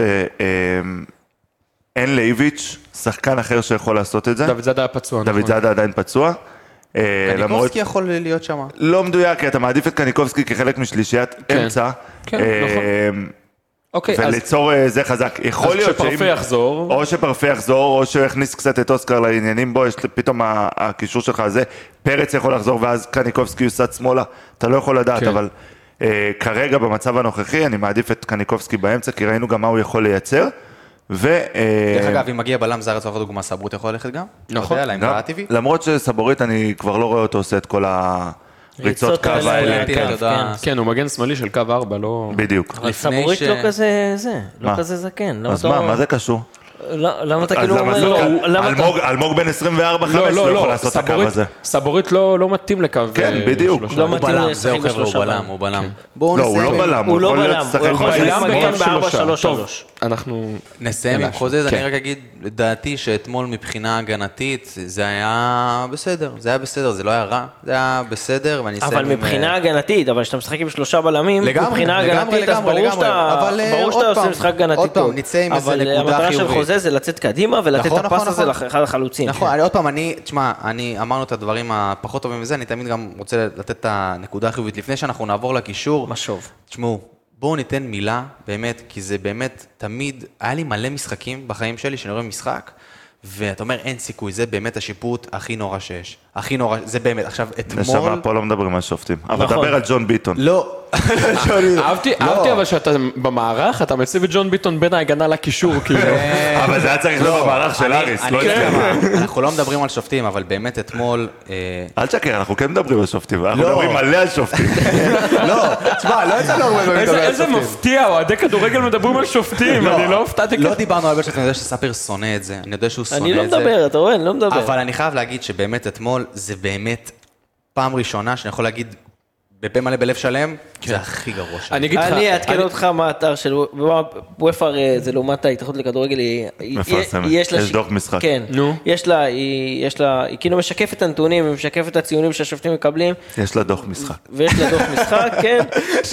שאין לאיביץ' שחקן אחר שיכול לעשות את זה. דוד זאדה היה פצוע. דוד נכון. זאדה עדיין פצוע. אה, למרות אה, קניקובסקי יכול להיות שם. לא מדויק, כי אתה מעדיף את קניקובסקי כחלק משלישיית אמצע. כן, אה, אוקיי, כן. אז וליצור אה, זה חזק. יכול אז להיות שאם... כשפרפה יחזור- או שפרפה יחזור, או שהוא יכניס קצת את אוסקר לעניינים בו, יש פתאום ה- הקישור שלך הזה, פרץ יכול לחזור ואז קניקובסקי יוסט שמאלה, אתה לא יכול לדעת, כן. אבל אה, כרגע במצב הנוכחי אני מעדיף את קניקובסקי באמצע, כי ראינו גם מה הוא יכול לייצר, ו... אה, דרך אגב, אם מגיע בלם זר לצורך הדוגמה, סברוט יכול ללכת גם? נכון. אתה יודע, גם- לעמדה הטבעית? לא, למרות שסבורית אני כבר לא רואה אותו עושה את כל הריצות ריצות קו האלה, האלה, כן. אתה כן, יודע, כן, הוא מגן שמאלי של קו ארבע, לא... בדיוק. אבל לפני סבורית ש- לא כזה זה, לא מה? כזה זקן. למה אז אתה- מה, מה זה קשור? לא, למה אתה אז כאילו למה אומר... זה- לא, למה אתה- אלמוג- אלמוג בן 24-5 לא יכול לעשות את הקו סבורית- הזה. סבורית לא לא מתאים לקו... כן, אה, בדיוק. שלושה. לא הוא מתאים בלם, לשחק זהו חבר'ה, בשלושה הוא בלם, בלם. הוא בלם. כן. בואו לא, הוא נסיים. לא עם- בלם, הוא הוא לא יכול בלם, להיות שחקן הוא יכול כמו לשחק בלם שמאל. מגן בקו שלושה. ב-4-3-3. טוב, אנחנו... נסיים עם יאללה. חוזז, כן. אני רק אגיד, לדעתי שאתמול מבחינה הגנתית זה היה בסדר, זה היה בסדר, זה לא היה רע, זה היה בסדר, ואני אסיים אבל עם, מבחינה אה, הגנתית, אבל כשאתה משחק עם שלושה בלמים, לגמרי, מבחינה לגמרי, הגנתית, אז לגמרי, ברור לגמרי. שאתה אבל, אה, ברור עוד שאתה עושה פעם, משחק הגנתי עוד פעם, טוב. נצא עם איזה אבל אה, נקודה המטרה של חיובית. חוזה זה לצאת קדימה ולתת נכון, את הפס נכון, הזה נכון. לאחד החלוצים. נכון, אני עוד פעם, אני, תשמע, אני אמרנו את הדברים הפחות טובים מזה, אני תמיד גם רוצה לתת את הנקודה החיובית. לפני שאנחנו נעבור לקישור, משוב. תשמעו, בואו ניתן מילה, באמת, כי זה באמת תמיד, היה לי מלא משחקים בחיים שלי, שאני רואה משחק, ואתה אומר, אין סיכוי, זה באמת השיפוט הכי נורא שיש. הכי נורא, זה באמת. עכשיו, נשמה, אתמול... פה לא מדברים על שופטים. אבל נכון. דבר על ג'ון ביטון. לא, אה, לא. אהבתי, אהבתי אבל שאתה במערך, אתה מציב את ג'ון ביטון בין ההגנה לקישור, כאילו. אבל זה היה צריך להיות במערך של אריס, אני לא אגיד לך אצלנו. מה, אנחנו לא מדברים על שופטים, אבל באמת אתמול... אה, אל תשקר, אנחנו כן מדברים על שופטים, אנחנו לא. מדברים מלא על שופטים. לא, תשמע, לא יצא לנו הרבה פעמים איזה לדבר על איזה שופטים. מפתיע, אוהדי כדורגל מדברים על שופטים, אני לא הופתעתי לא כזה. דיברנו על בלשטיין, אני יודע שספיר שונא את זה, אני יודע שהוא שונא את אה, זה. אני לא מדבר, אתה רואה, אני לא מדבר. אבל אני חייב להגיד שבאמת אתמול, זה באמת פעם ראשונה שאני יכול להגיד בפה מלא בלב שלם, זה הכי גרוע שלי. כן. אני אגיד לך... אני אעדכן אני- אותך מה האתר של וופא, אה, זה לעומת ההתאחדות לכדורגל, היא... היא- מפרסמת. היא- לה יש ש- דוח משחק. כן. נו. יש לה, היא יש לה, היא כאילו משקפת את הנתונים, היא משקפת את הציונים שהשופטים מקבלים, יש לה דוח משחק. ויש לה דוח <laughs> משחק, כן.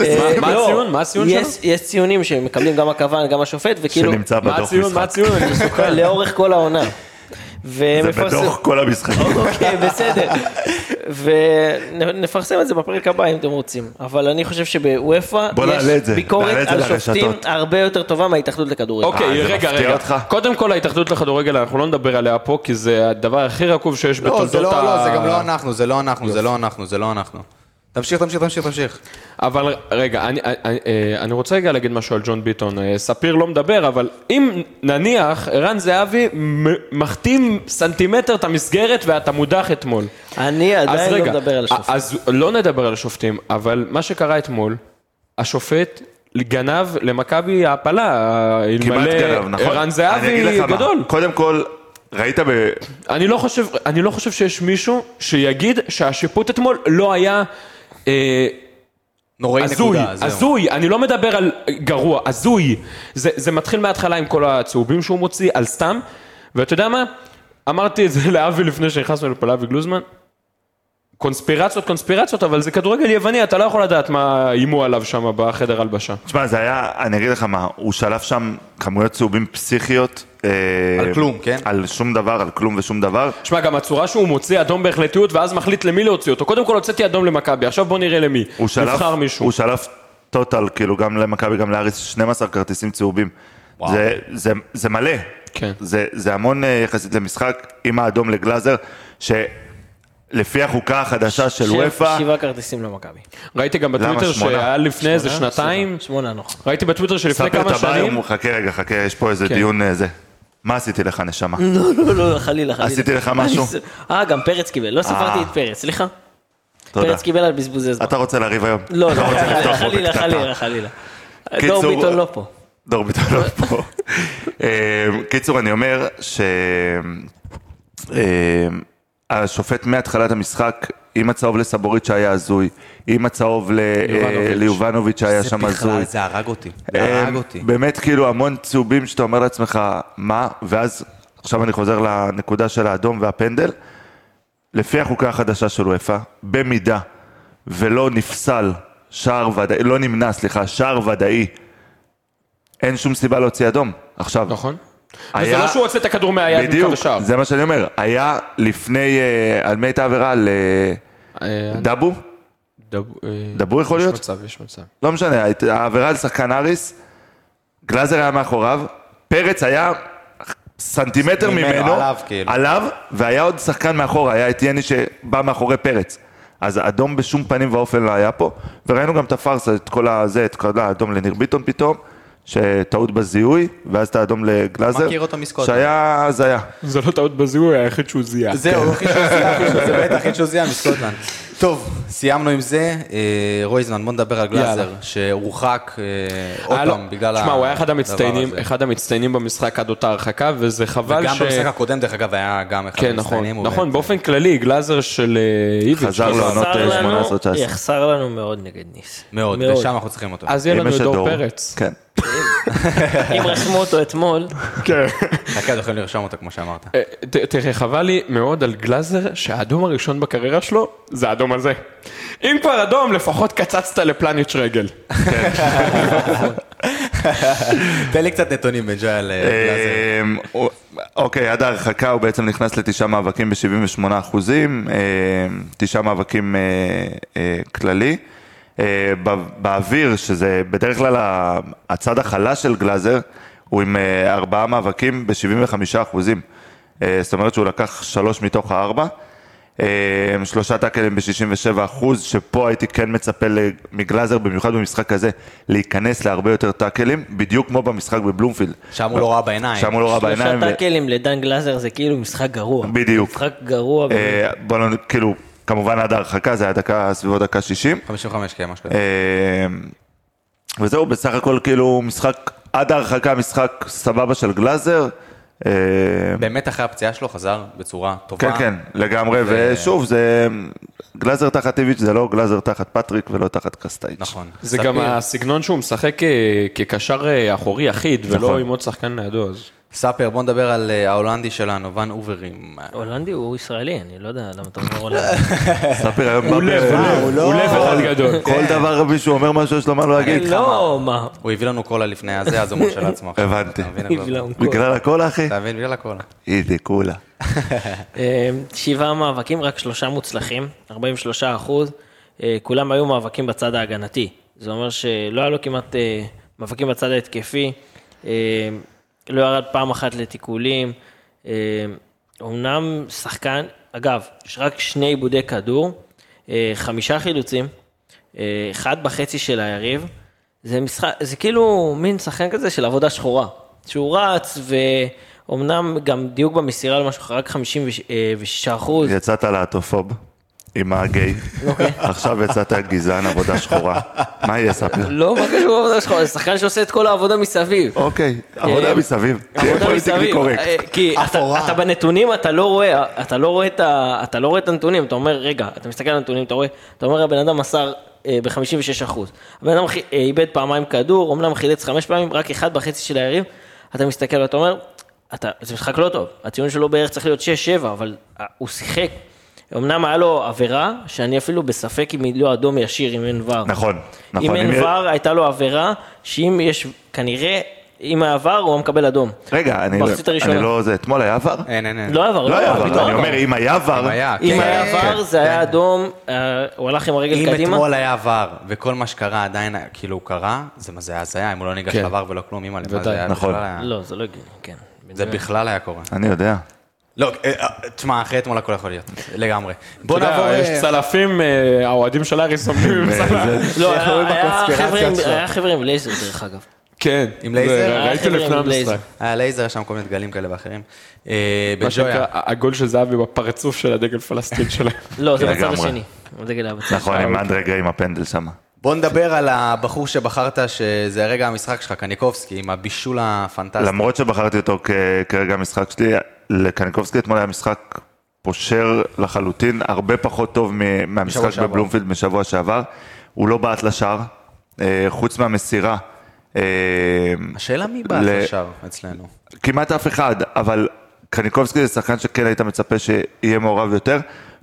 אה, מה לא, הציון? מה הציון יש- יש ציונים שמקבלים גם הכוון, גם השופט, וכאילו... שנמצא מה בדוח הציון? מה משחק. הציון? אני מסוכן. לאורך כל העונה. זה בדוח כל המשחק. אוקיי, בסדר. ונפרסם את זה בפרק הבא אם אתם רוצים. אבל אני חושב שבוופא בוא נעלה את יש זה, נעלה ביקורת את זה על לרשתות. שופטים הרבה יותר טובה מההתאחדות לכדורגל. <laughs> אוקיי, זה אה, רגע, מפתיע רגע. אותך? קודם כל ההתאחדות לכדורגל, אנחנו לא נדבר עליה פה, כי זה הדבר הכי רקוב שיש לא, זה בתולדות לא, ה... לא, זה גם לא אנחנו, זה לא אנחנו, זה לא אנחנו, זה לא אנחנו. תמשיך, תמשיך, תמשיך, תמשיך. אבל רגע, אני, אני, אה, אני רוצה רגע להגיד משהו על ג'ון ביטון. אה, ספיר לא מדבר, אבל אם נניח ערן זהבי מ- מחתים סנטימטר את המסגרת ואתה מודח אתמול. אני אז עדיין לא רגע, מדבר על שופטים. אז לא נדבר על השופטים, אבל מה שקרה אתמול, השופט גנב למכבי העפלה, כמעט אלמלא גנב, נכון? ערן אני אגיד זהבי לך מה, גדול. קודם כל, ראית ב... אני לא חושב, אני לא חושב שיש מישהו שיגיד שהשיפוט אתמול לא היה... אה, אה, נוראי הזוי, נקודה, זהו. הזוי, אני לא מדבר על גרוע, הזוי. זה, זה מתחיל מההתחלה עם כל הצהובים שהוא מוציא, על סתם, ואתה יודע מה? אמרתי את זה <laughs> לאבי לפני שנכנסנו לפה, לאבי גלוזמן. קונספירציות, קונספירציות, אבל זה כדורגל יווני, אתה לא יכול לדעת מה איימו עליו שם בחדר הלבשה. תשמע, זה היה, אני אגיד לך מה, הוא שלף שם כמויות צהובים פסיכיות. אה, על כלום, כן? על שום דבר, על כלום ושום דבר. תשמע, גם הצורה שהוא מוציא אדום בהחלטיות, ואז מחליט למי להוציא אותו. קודם כל הוצאתי אדום למכבי, עכשיו בוא נראה למי. הוא שלף, נבחר מישהו. הוא שלף טוטל, כאילו, גם למכבי, גם לאריס, 12 כרטיסים צהובים. זה, זה, זה מלא. כן. זה, זה המון אה, יחסית למשחק, עם האדום לגלאזר, שלפי החוקה החדשה של שבע- וופא, שבעה כרטיסים למכבי. ראיתי גם למה, בטוויטר שמונה? שהיה לפני איזה שנתיים, שמונה נוח. ראיתי בטוויטר שלפני ספר את כמה הבעיה, שנים, הוא- חכה רגע, חכה, יש פה איזה כן. דיון אה, זה. מה עשיתי לך, נשמה? לא, לא, לא, חלילה, חלילה. עשיתי לך משהו? אני ס- אה, גם פרץ קיבל. לא ספרתי אה. את פרץ, סליחה. תודה. פרץ קיבל על בזבוזי זמן. אתה רוצה לריב היום? לא, אתה לא, רוצה לפתוח פה חלילה, בקטטה. חלילה, חלילה. קיצור, דור ביטון לא פה. דור ביטון לא פה. אמ, קיצור, אני אומר ש... אמ, השופט מהתחלת המשחק, עם הצהוב לסבורית שהיה הזוי, עם הצהוב ל- אה, ליובנוביץ' שהיה זה שם הזוי. בכלל, זה הרג אותי. זה הרג אה, אמ, אותי. באמת כאילו המון צהובים שאתה אומר לעצמך, מה? ואז עכשיו אני חוזר לנקודה של האדום והפנדל. לפי החוקה החדשה של וופא, במידה ולא נפסל שער ודאי, לא נמנע, סליחה, שער ודאי, אין שום סיבה להוציא אדום. עכשיו, נכון? וזה היה- לא שהוא הוצא את הכדור מהיד מקו בדיוק, השער. זה מה שאני אומר, היה לפני, אה, על מי הייתה עבירה? על אה, אה, דאבו? דב- אה, דבור יכול להיות? יש מצב, יש מצב. לא משנה, ההת- העבירה על שחקן אריס, גלאזר היה מאחוריו, פרץ היה סנטימטר ממנו, ממנו, עליו, כאילו. עליו, והיה עוד שחקן מאחורה, היה את יני שבא מאחורי פרץ. אז אדום בשום פנים ואופן לא היה פה, וראינו גם את הפארסה, את כל הזה, את כל האדום לניר ביטון פתאום, שטעות בזיהוי, ואז את האדום לגלאזר, מכיר אותו מסקוטלנד. שהיה הזיה. זה לא טעות בזיהוי היחיד שהוא זיהה. זהו, אחי שוזיע, אחי שוזיע, באמת, אחי שוזיע מסקוטלנד. טוב, סיימנו עם זה. אה, רויזמן, בוא נדבר על גלאזר, יאללה. שהורחק אה, עוד היה לו- פעם בגלל תשמע, הוא היה אחד הדבר המצטיינים, הזה. אחד המצטיינים במשחק עד אותה הרחקה, וזה חבל וגם ש... במשחק הקודם, דרך אגב, היה גם אחד כן, נכון, המצטיינים. הוא נכון, באמת- באופן כללי, גלאזר של אה, איביץ'. חזר כאילו. לעונות יחסר לנו- 18-19. יחסר לנו מאוד נגד ניס. מאוד, ושם אנחנו צריכים אותו. אז יהיה לנו אם את יש דור פרץ. כן. אם רשמו אותו אתמול, חכה, אתם יכולים לרשום אותו, כמו שאמרת. אה, ת- תראה, חבל לי מאוד על גלאזר, שהאדום הראשון בקריירה שלו זה האדום הזה. אם כבר אדום, לפחות קצצת לפלניץ' רגל. תן לי קצת נתונים בג'וי על אה, גלאזר. אמ, הוא- אוקיי, עד ההרחקה הוא בעצם נכנס לתשעה מאבקים ב-78 אחוזים, אמ, תשעה מאבקים אה, אה, כללי. אה, בא- באוויר, שזה בדרך כלל ה- הצד החלש של גלאזר, הוא עם אה, ארבעה מאבקים ב-75 אחוזים. אה, זאת אומרת שהוא לקח שלוש מתוך הארבע. אה, שלושה טאקלים ב-67 אחוז, שפה הייתי כן מצפה ל- מגלאזר, במיוחד במשחק הזה, להיכנס להרבה יותר טאקלים, בדיוק כמו במשחק בבלומפילד. שם הוא לא ראה בעיניים. שם הוא לא ראה שלושה בעיניים. ו- טאקלים לדן גלאזר זה כאילו משחק גרוע. בדיוק. משחק גרוע. באמת. אה, בוא נ... כאילו, כמובן עד ההרחקה, זה היה דקה, סביבות דקה 60. 55, כן, משהו כזה. אה, וזהו, בסך הכל כאילו משחק, עד ההרחקה משחק סבבה של גלאזר. אה, באמת אחרי הפציעה שלו חזר בצורה טובה. כן, כן, לגמרי, ו- ושוב, זה גלאזר תחת איביץ', זה לא גלאזר תחת פטריק ולא תחת קסטייץ'. נכון. זה ספיר. גם הסגנון שהוא משחק אה, כקשר אה, אחורי יחיד, ולא נכון. עם עוד שחקן לידו, אז... ספיר, בוא נדבר על אה, ההולנדי שלנו, ואן אוברים. הולנדי הוא ישראלי, אני לא יודע למה אתה אומר <laughs> הולנדי. ספיר היום בא ב- אה, הוא לא- כן. לב אחד גדול. כל דבר מישהו אומר משהו, יש לו מה להגיד. לא, מה? הוא הביא לנו קולה לפני הזה, אז הוא מרשה לעצמו. עכשיו. הבנתי. אתה מבין? הביא לנו קולה. בגלל הכל, אחי? אתה מבין? בגלל הקולה. איזה כולה. אה, שבעה מאבקים, רק שלושה מוצלחים, 43 אחוז. אה, כולם היו מאבקים בצד ההגנתי. זה אומר שלא היה לו כמעט אה, מאבקים בצד ההתקפי, אה, לא ירד פעם אחת לתיקולים. אה, אומנם שחקן, אגב, יש רק שני עיבודי כדור, אה, חמישה חילוצים, אה, אחד בחצי של היריב. זה משחק, זה כאילו מין שחקן כזה של עבודה שחורה. שהוא רץ, ואומנם גם דיוק במסירה למשהו, רק 56 אחוז. אוקיי. יצאת להטופוב עם הגיי, עכשיו יצאת גזען עבודה שחורה. מה יהיה ספיר? לא, מה קשור עבודה שחורה? זה שחקן שעושה את כל העבודה מסביב. אוקיי, עבודה מסביב. תהיה אה, עבודה פוליטיקלי מסביב. קורקט. אה, כי אתה- אתה בנתונים, אתה לא רואה, אתה לא רואה את ה- אתה לא רואה את הנתונים, אתה אומר, רגע, אתה מסתכל על הנתונים, אתה רואה, אתה אומר, הבן אדם מסר אה, ב-56 אחוז. הבן אדם חי- אה, איבד פעמיים כדור, אומנם חילץ חמש פעמים, רק אחד בחצי של היריב, אתה מסתכל ואתה אומר, אתה, זה משחק לא טוב, הציון שלו בערך צריך להיות 6-7, אבל אה, הוא שיחק. אמנם היה לו עבירה, שאני אפילו בספק אם היא לא אדום ישיר, אם אין ור. נכון, נכון. אם אין אם יהיה- ור, הייתה לו עבירה, שאם יש, כנראה, אם היה ור, הוא היה מקבל אדום. רגע, אני מחצית הראשונה. אני לא... זה, אתמול היה עבר? אין, אין, אין. לא היה ור, לא היה פתאום עבר, אני אומר, אם היה עבר... היה, אם כן, היה כן. עבר, זה היה אדום, אה, הוא הלך עם הרגל אם קדימה. אתמול היה עבר, וכל מה שקרה עדיין, כאילו, הוא קרה, זה מה זה הזיה, אם הוא לא ניגש כן. לעבר ולא כלום, אימא, ודאי, נכון. לא, זה לא הגיוני, כן. זה בכלל היה קורה. אני יודע. לא, אה, אה, תשמע, אחרי אתמול הכל יכול להיות, לגמרי. בוא אתה יודע, נעבור... אה, יש <laughs> צלפים, אה, האוהדים של הארי סומכים עם צלפים. לא, היה- רואים היה בקונספירציה חבר'ה עם- עכשיו. היה חבר'ה עם לייזר, דרך אגב. כן. עם לייזר? זה- אה, ראיתי חבר'ה, לפני עם לייזר. המשחק. היה לייזר, יש שם כל מיני דגלים כאלה ואחרים. אה, מה שנקרא, בג'ויה. הגול של זהבי בפרצוף של הדגל פלסטין שלהם. לא, זה כן, לגמרי. בצד השני. הדגל היה בצד. נכון, עם אנדרי גיי עם הפנדל שם. בוא נדבר על הבחור שבחרת, שזה הרגע המשחק שלך, קניקובסקי, עם הבישול הפנטסטי. למרות שבחרתי אותו כ- כרגע המשחק שלי, לקניקובסקי אתמול היה משחק פושר לחלוטין, הרבה פחות טוב מ- משבוע מהמשחק שעבר. בבלומפילד משבוע שעבר. הוא לא בעט לשער, אה, חוץ מהמסירה. אה, השאלה מי בא ל- עכשיו אצלנו? כמעט אף אחד, אבל קניקובסקי זה שחקן שכן היית מצפה שיהיה מעורב יותר,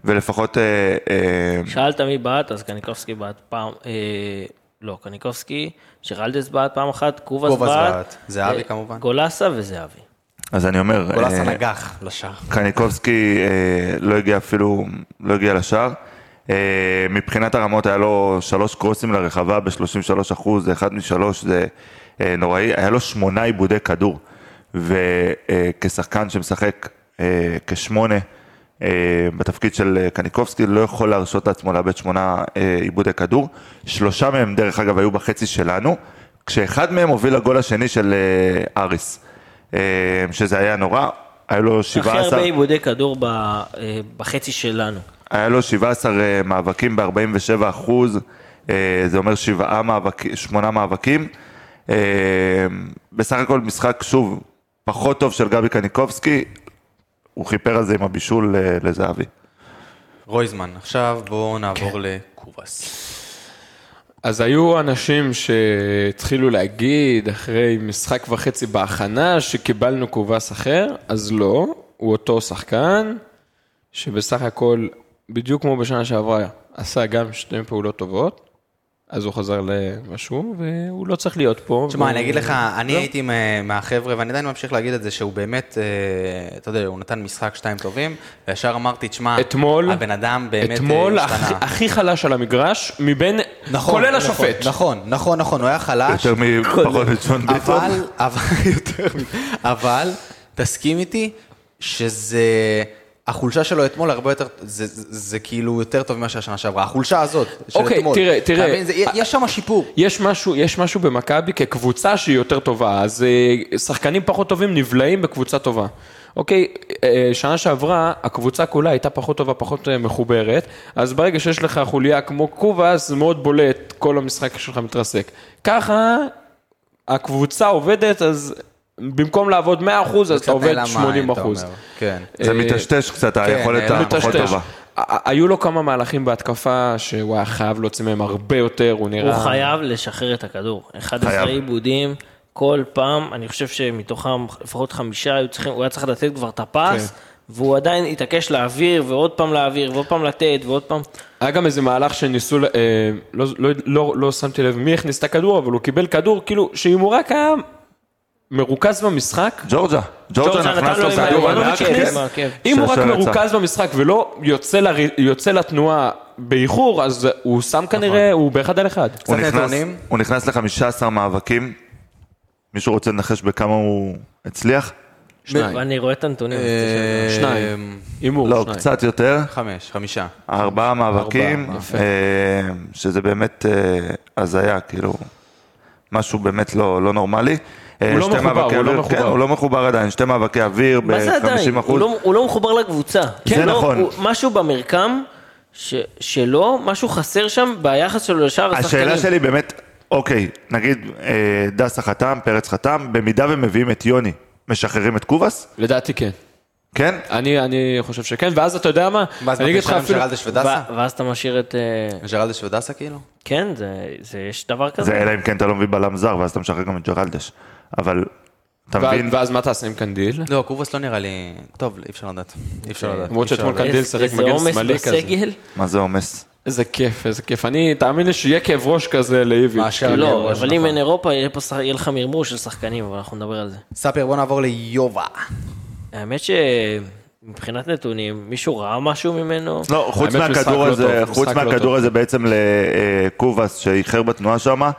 ולפחות... אה, אה, שאלת מי בעט, אז קניקובסקי בעט פעם, אה, לא, קניקובסקי, ג'רלדס בעט פעם אחת, קובאס קובאס בעט. בעט, זהבי אה, כמובן. גולסה וזהבי. אז אני אומר, גולס אה, הנגח לשער. קניקובסקי אה, לא הגיע אפילו, לא הגיע לשער. אה, מבחינת הרמות היה לו שלוש קרוסים לרחבה ב-33 אחוז, זה אחד משלוש, זה אה, נוראי, היה לו שמונה עיבודי כדור, וכשחקן שמשחק אה, כשמונה אה, בתפקיד של אה, קניקובסקי, לא יכול להרשות לעצמו לאבד שמונה אה, עיבודי כדור. שלושה מהם, דרך אגב, היו בחצי שלנו, כשאחד מהם הוביל לגול השני של אה, אריס, אה, שזה היה נורא, היה לו הכי 17... הרבה עיבודי כדור ב- אה, בחצי שלנו. היה לו 17 אה, מאבקים ב-47 אחוז, אה, זה אומר שבעה מאבקים, שמונה מאבקים. אה, בסך הכל משחק, שוב, פחות טוב של גבי קניקובסקי, הוא חיפר על זה עם הבישול אה, לזהבי. רויזמן, עכשיו בואו נעבור לקובס. <laughs> אז היו אנשים שהתחילו להגיד אחרי משחק וחצי בהכנה שקיבלנו קובס אחר, אז לא, הוא אותו שחקן, שבסך הכל, בדיוק כמו בשנה שעברה, עשה גם שתי פעולות טובות, אז הוא חזר למשהו, והוא לא צריך להיות פה. תשמע, והוא- אני אגיד לך, לא. אני הייתי מה- מהחבר'ה, ואני עדיין ממשיך להגיד את זה, שהוא באמת, אה, אתה יודע, הוא נתן משחק שתיים טובים, וישר אמרתי, תשמע, אתמול- הבן אדם באמת אה, אתמול הכי- השתנה. הכי חלש על המגרש, מבין, כולל השופט. נכון, נכון, נכון, הוא היה חלש, יותר מפחות מצ'ון ביטון. אבל, אבל, <laughs> יותר, מ- אבל, תסכים איתי שזה, החולשה שלו אתמול הרבה יותר, זה, זה, זה כאילו יותר טוב ממה שהיה שנה שעברה, החולשה הזאת, של אוקיי, אתמול. תראה, אתה תראה. מבין? זה- יש שם שיפור. יש משהו, יש משהו במכבי כקבוצה שהיא יותר טובה, אז אה, שחקנים פחות טובים נבלעים בקבוצה טובה. אוקיי, אה, שנה שעברה הקבוצה כולה הייתה פחות טובה, פחות אה, מחוברת, אז ברגע שיש לך חוליה כמו קובאס, זה מאוד בולט, כל המשחק שלך מתרסק. ככה הקבוצה עובדת, אז במקום לעבוד 100%, אז אתה קצת עובד נעלם 80%. עין, אתה אומר. כן. זה מטשטש קצת, היכולת נעלם. הפחות אה, מטשטש. טובה. ה- היו לו כמה מהלכים בהתקפה שהוא היה חייב להוציא מהם הרבה יותר, הוא נראה... הוא חייב לשחרר את הכדור. 11 חייב. עיבודים, כל פעם, אני חושב שמתוכם לפחות חמישה היו צריכים, הוא היה צריך לתת כבר את הפס, כן. והוא עדיין התעקש להעביר, ועוד פעם להעביר, ועוד פעם לתת, ועוד פעם... היה גם איזה מהלך שניסו, ל- אה, לא, לא, לא, לא שמתי לב מי הכניס את הכדור, אבל הוא קיבל כדור, כאילו, שאם הוא רק היה מרוכז במשחק, לא ג'ורג'ה, ג'ורג'ה ג'ורג'ה נתן נכנס לו לו עם כדור על היובנוביץ', מהכניס. כן, כן. אם הוא רק שהשוער יצא. מרוכז במשחק ולא יוצא, ל, יוצא לתנועה באיחור, אז הוא שם כנראה, הוא באחד על אחד. הוא קצת נכנס- נתונים. הוא נכנס ל-15 מאבקים. מישהו רוצה לנחש בכמה הוא הצליח? שניים. ואני רואה את הנתונים. אה, אה, שניים. הימור, לא, שניים. קצת יותר. חמש, חמישה. ארבעה מאבקים, ארבעה, יפה. אה, שזה באמת אה, הזיה, כאילו, משהו באמת לא, לא נורמלי. אה, הוא לא שתי מחובר, מאבקי הוא לא אוויר- מחובר. כן, הוא לא מחובר עדיין, שתי מאבקי אוויר מה זה עדיין? ב-50 הוא אחוז. לא- הוא לא מחובר לקבוצה. כן, הוא לא- נכון. הוא- משהו במרקם ש- שלו, משהו חסר שם ביחס שלו לשאר השחקנים. השאלה שלי באמת, אוקיי, נגיד אה, דסה חתם, פרץ חתם, במידה ומביאים את יוני, משחררים את קובאס? לדעתי כן. כן? אני, אני חושב שכן, ואז אתה יודע מה, מה, אז אני אגיד לך מתחיל עם אפילו... ג'רלדש ו- ודסה? ואז אתה משאיר את... אה, ג'רלדש ודסה כאילו? כן, זה- זה- יש דבר כזה. זה אלא אם כן אתה לא מביא בלם זר, ואז אתה משחרר גם את ג'רלדש. אבל, אתה ואז- מבין? ואז מה תעשה עם קנדיל? לא, קובוס לא נראה לי... טוב, אי אפשר לדעת. אי אפשר לדעת. למרות אי אפשר שאתמול כן לדעת. קנדיל שיחק איזה מגן עומס שמאלי כזה. בסגל. מה זה עומס? איזה כיף, איזה כיף. אני, תאמין לי שיהיה כאב ראש כזה לאיביץ'. מאשר כאילו. אני לא, ממש אבל אם נכון. אין אירופה, יהיה פה שח- יהיה לך מרמור של שחקנים, אבל אנחנו נדבר על זה. ספיר, בוא נעבור ליובה. האמת שמבחינת נתונים, מישהו ראה משהו ממנו? לא, חוץ האמת, משחק מהכדור לא הזה, טוב, חוץ משחק לא מהכדור טוב. הזה בעצם לקובאס שאיחר בתנועה שם, אה,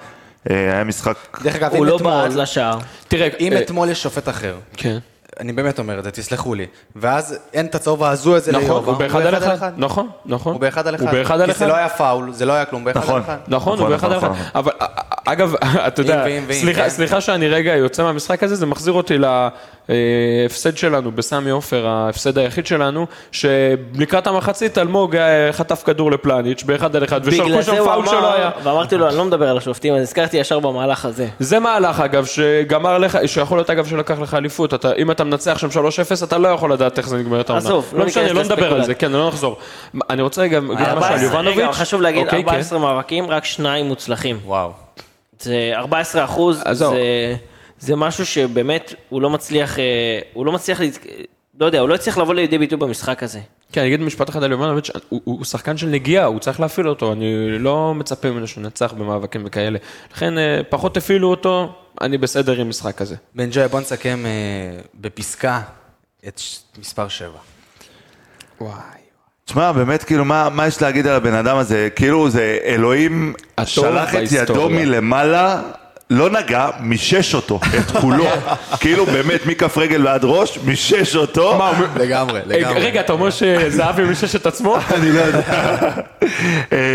היה משחק, דרך אגב, הוא אם לא אתמול- בעט לשער. תראה, אם אה, אתמול יש שופט אחר, כן. אני באמת אומר את זה, תסלחו לי, ואז אין את הצהוב ההזוי הזה ליובה. נכון, הוא באחד על אחד. נכון, נכון. הוא באחד על אחד. הוא באחד על כי זה אחד. לא היה פאול, זה לא היה כלום, באחד על נכון. אחד. נכון, הוא נכון, באחד על נכון, אחד. נכון. אבל אה, אה, אגב, <laughs> אתה יודע, ואם, ואם, סליחה- כן. סליחה שאני רגע יוצא מהמשחק הזה, זה מחזיר אותי להפסד שלנו בסמי עופר, ההפסד היחיד שלנו, שלקראת המחצית אלמוג אה, חטף כדור לפלניץ' באחד על אחד, בגלל זה ושרקו שם הוא פאול שלא היה. אמר, ואמרתי לו, אני לא מדבר על השופטים, אז נזכרתי ישר במהלך הזה. זה מהלך אגב שגמר לך, שיכול להיות אגב שלקח לך אליפות, אתה, אם אתה מנצח שם 3-0 אתה לא יכול לדעת איך זה נגמר את העונה. עזוב, לא לא משנה, ניכנס לא נדבר על זה, לספקולציה. כן, לא נחזור. מה, אני רוצה רגע להגיד משהו על 14, יובנוביץ'. רגע, אבל חשוב להגיד, אוקיי, כן. 14 מאבקים, רק שניים מוצלחים. וואו. זה 14 אחוז, אז זהו. זה, זה משהו שבאמת הוא לא מצליח, אה, הוא לא מצליח, להת- לא יודע, הוא לא הצליח לבוא לידי ביטוי במשחק הזה. כן, אני אגיד משפט אחד על יובנוביץ', הוא, הוא שחקן של נגיעה, הוא צריך להפעיל אותו, אני לא מצפה ממנו שנצח במאבקים וכאלה. לכן אה, פחות הפעילו אותו, אני בסדר עם משחק כזה. בן ג'וי, בוא נסכם אה, בפסקה את ש- מספר 7. וואי. תשמע באמת כאילו מה, מה יש להגיד על הבן אדם הזה, כאילו זה אלוהים הטוב שלח את ידו בהיסטוריה. מלמעלה לא נגע, מישש אותו, את <laughs> כולו. כאילו באמת, מכף רגל ועד ראש, מישש אותו. לגמרי, לגמרי. אה, רגע, אתה אומר שזהבי משש את עצמו? אני לא יודע. <laughs>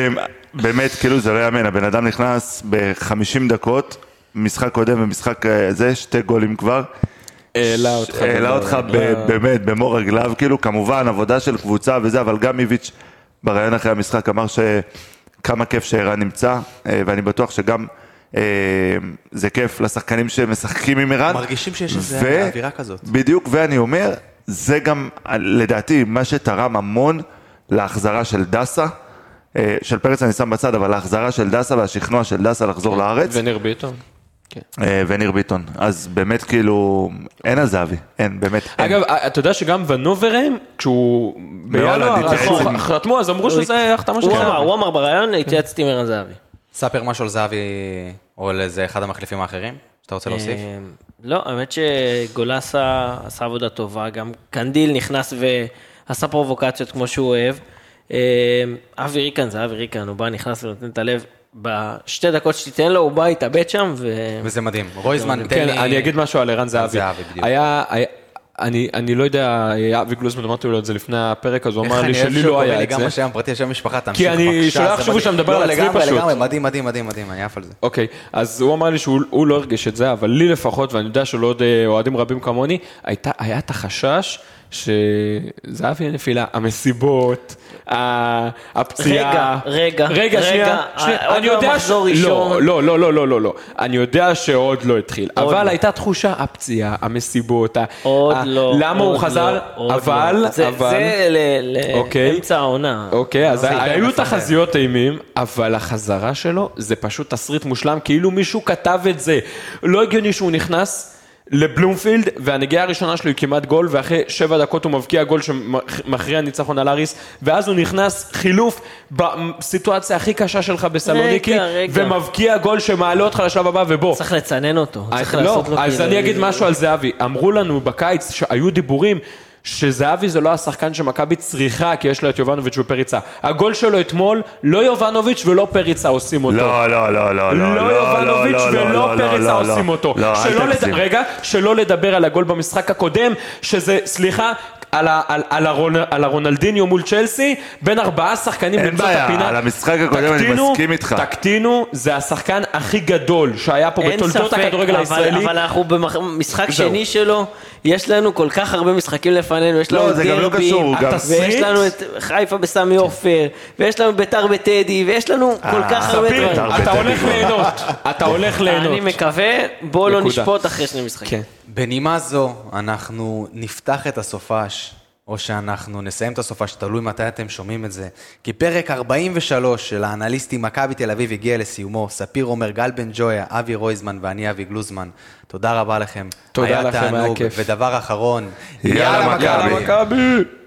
אמ, באמת, כאילו זה לא יאמן, הבן אדם נכנס ב-50 דקות, משחק קודם ומשחק אה, זה, שתי גולים כבר. העלה אותך. העלה בדבר. אותך ב- באמת במו רגליו, כאילו כמובן עבודה של קבוצה וזה, אבל גם איביץ' בראיון אחרי המשחק אמר שכמה כיף שערן נמצא, אה, ואני בטוח שגם אה, זה כיף לשחקנים שמשחקים עם ערן. מרגישים שיש איזו ו- אווירה כזאת. בדיוק, ואני אומר, זה גם לדעתי מה שתרם המון להחזרה של דסה. אה, של פרץ אני שם בצד, אבל ההחזרה של דסה והשכנוע של דסה לחזור לארץ, וניר ביטון. אה, וניר ביטון. אז באמת כאילו, אין על זהבי, אין, באמת. אין. אגב, אתה יודע שגם ונוברם, כשהוא בינואר התייעץ חתמו- עם- חתמו, אז אמרו שזה החתמה של הוא אמר, זהבי. הוא אמר בריאיון, התייעצתי עם ערן זהבי. ספר משהו על זהבי או על איזה אחד המחליפים האחרים שאתה רוצה להוסיף. אה, לא, האמת שגולסה עשה עבודה טובה, גם קנדיל נכנס ועשה פרובוקציות כמו שהוא אוהב. אה, אבי ריקן זה אבי ריקן, הוא בא, נכנס ונותן את הלב. בשתי דקות שתיתן לו, הוא בא, התאבד שם, ו... וזה מדהים. רויזמן, תן כן, לי... אני אגיד משהו על ערן זהבי. זהבי, בדיוק. היה, היה- אני אני לא יודע, אבי גלוזמן אמרתי לו את זה לפני הפרק, אז הוא אמר לי שלי לא היה את גם זה. השם הפרטי, השם המשפחה, תמשיך אני בבקשה, שולח זה שוב מדהים. ושם, מדבר לא, על עצמי לגמרי, פשוט. לגמרי, מדהים, מדהים, מדהים, מדהים, אני עף על זה. אוקיי, אז הוא אמר לי שהוא הוא לא הרגיש את זה, אבל לי לפחות, ואני יודע שלעוד אה, אוהדים רבים כמוני, הייתה, היה את החשש שזהבי הנפילה, המסיבות, ה- הפציעה. רגע, רגע, רגע, רגע, שנייה. שנייה, עוד אני לא יודע מחזור ש- ראשון. לא, לא, לא, לא, לא, לא. אני יודע שעוד לא התחיל, עוד אבל לא. הייתה תחושה, הפציעה, המסיבות, ה- עוד ה- לא. אה, למה הוא עוד חזר, לא, עוד אבל, לא. זה- אבל... זה ל- ל- אוקיי. לאמצע העונה. אוקיי, אז לא, זה היו מפחד. תחזיות אימים, אבל החזרה שלו זה פשוט תסריט מושלם, כאילו מישהו כתב את זה. לא הגיוני שהוא נכנס לבלומפילד, והנגיעה הראשונה שלו היא כמעט גול, ואחרי שבע דקות הוא מבקיע גול שמכריע ניצחון על אריס, ואז הוא נכנס חילוף בסיטואציה הכי קשה שלך בסלוניקי, רגע, רגע. ומבקיע גול שמעלה אותך לשלב הבא, ובוא. צריך לצנן אותו, צריך לא, לעשות לו אז כאילו- אני אגיד משהו על זהבי. אמרו לנו בקיץ שהיו דיבורים שזהבי זה לא השחקן שמכבי צריכה כי יש לו את יובנוביץ' ופריצה. הגול שלו אתמול, לא יובנוביץ' ולא פריצה עושים אותו. לא, לא, לא, לא, לא, לא יובנוביץ' לא, לא, ולא לא, פרצה לא, לא, עושים אותו. לא, אל שלא לד- תגזים. רגע, שלא לדבר על הגול במשחק הקודם, שזה, סליחה, על ה- על- על הרונ- על הרונלדיניו מול צ'לסי, בין ארבעה שחקנים אין למצוא את בעיה, הפינה. על המשחק הקודם אני תקטינו- מסכים איתך. תקטינו, זה השחקן הכי גדול שהיה פה אין בתולדות ספק, הכדורגל אבל- הישראלי. אבל אנחנו במשחק זהו. שני שלו, יש לנו כל כך הרבה משחקים לפנינו, יש לנו לא, את זה גם לא דרבי, קשור, הוא גם- ויש התסריט? לנו את חיפה בסמי עופר, ויש לנו ביתר בטדי, ויש לנו כל כך הרבה אה, ספיר, דברים. הרבה אתה תיקו. הולך ליהנות, אתה הולך אני ליהנות. מקווה, בואו לא נקודה. נשפוט אחרי שני משחקים. כן. בנימה זו, אנחנו נפתח את הסופש, או שאנחנו נסיים את הסופש, תלוי מתי אתם שומעים את זה. כי פרק 43 של האנליסטים מכבי תל אביב הגיע לסיומו. ספיר עומר, גל בן ג'ויה, אבי רויזמן ואני אבי גלוזמן. תודה רבה לכם. תודה לכם, היה תענוג. כיף. ודבר אחרון, יאללה, מכבי. מכבי!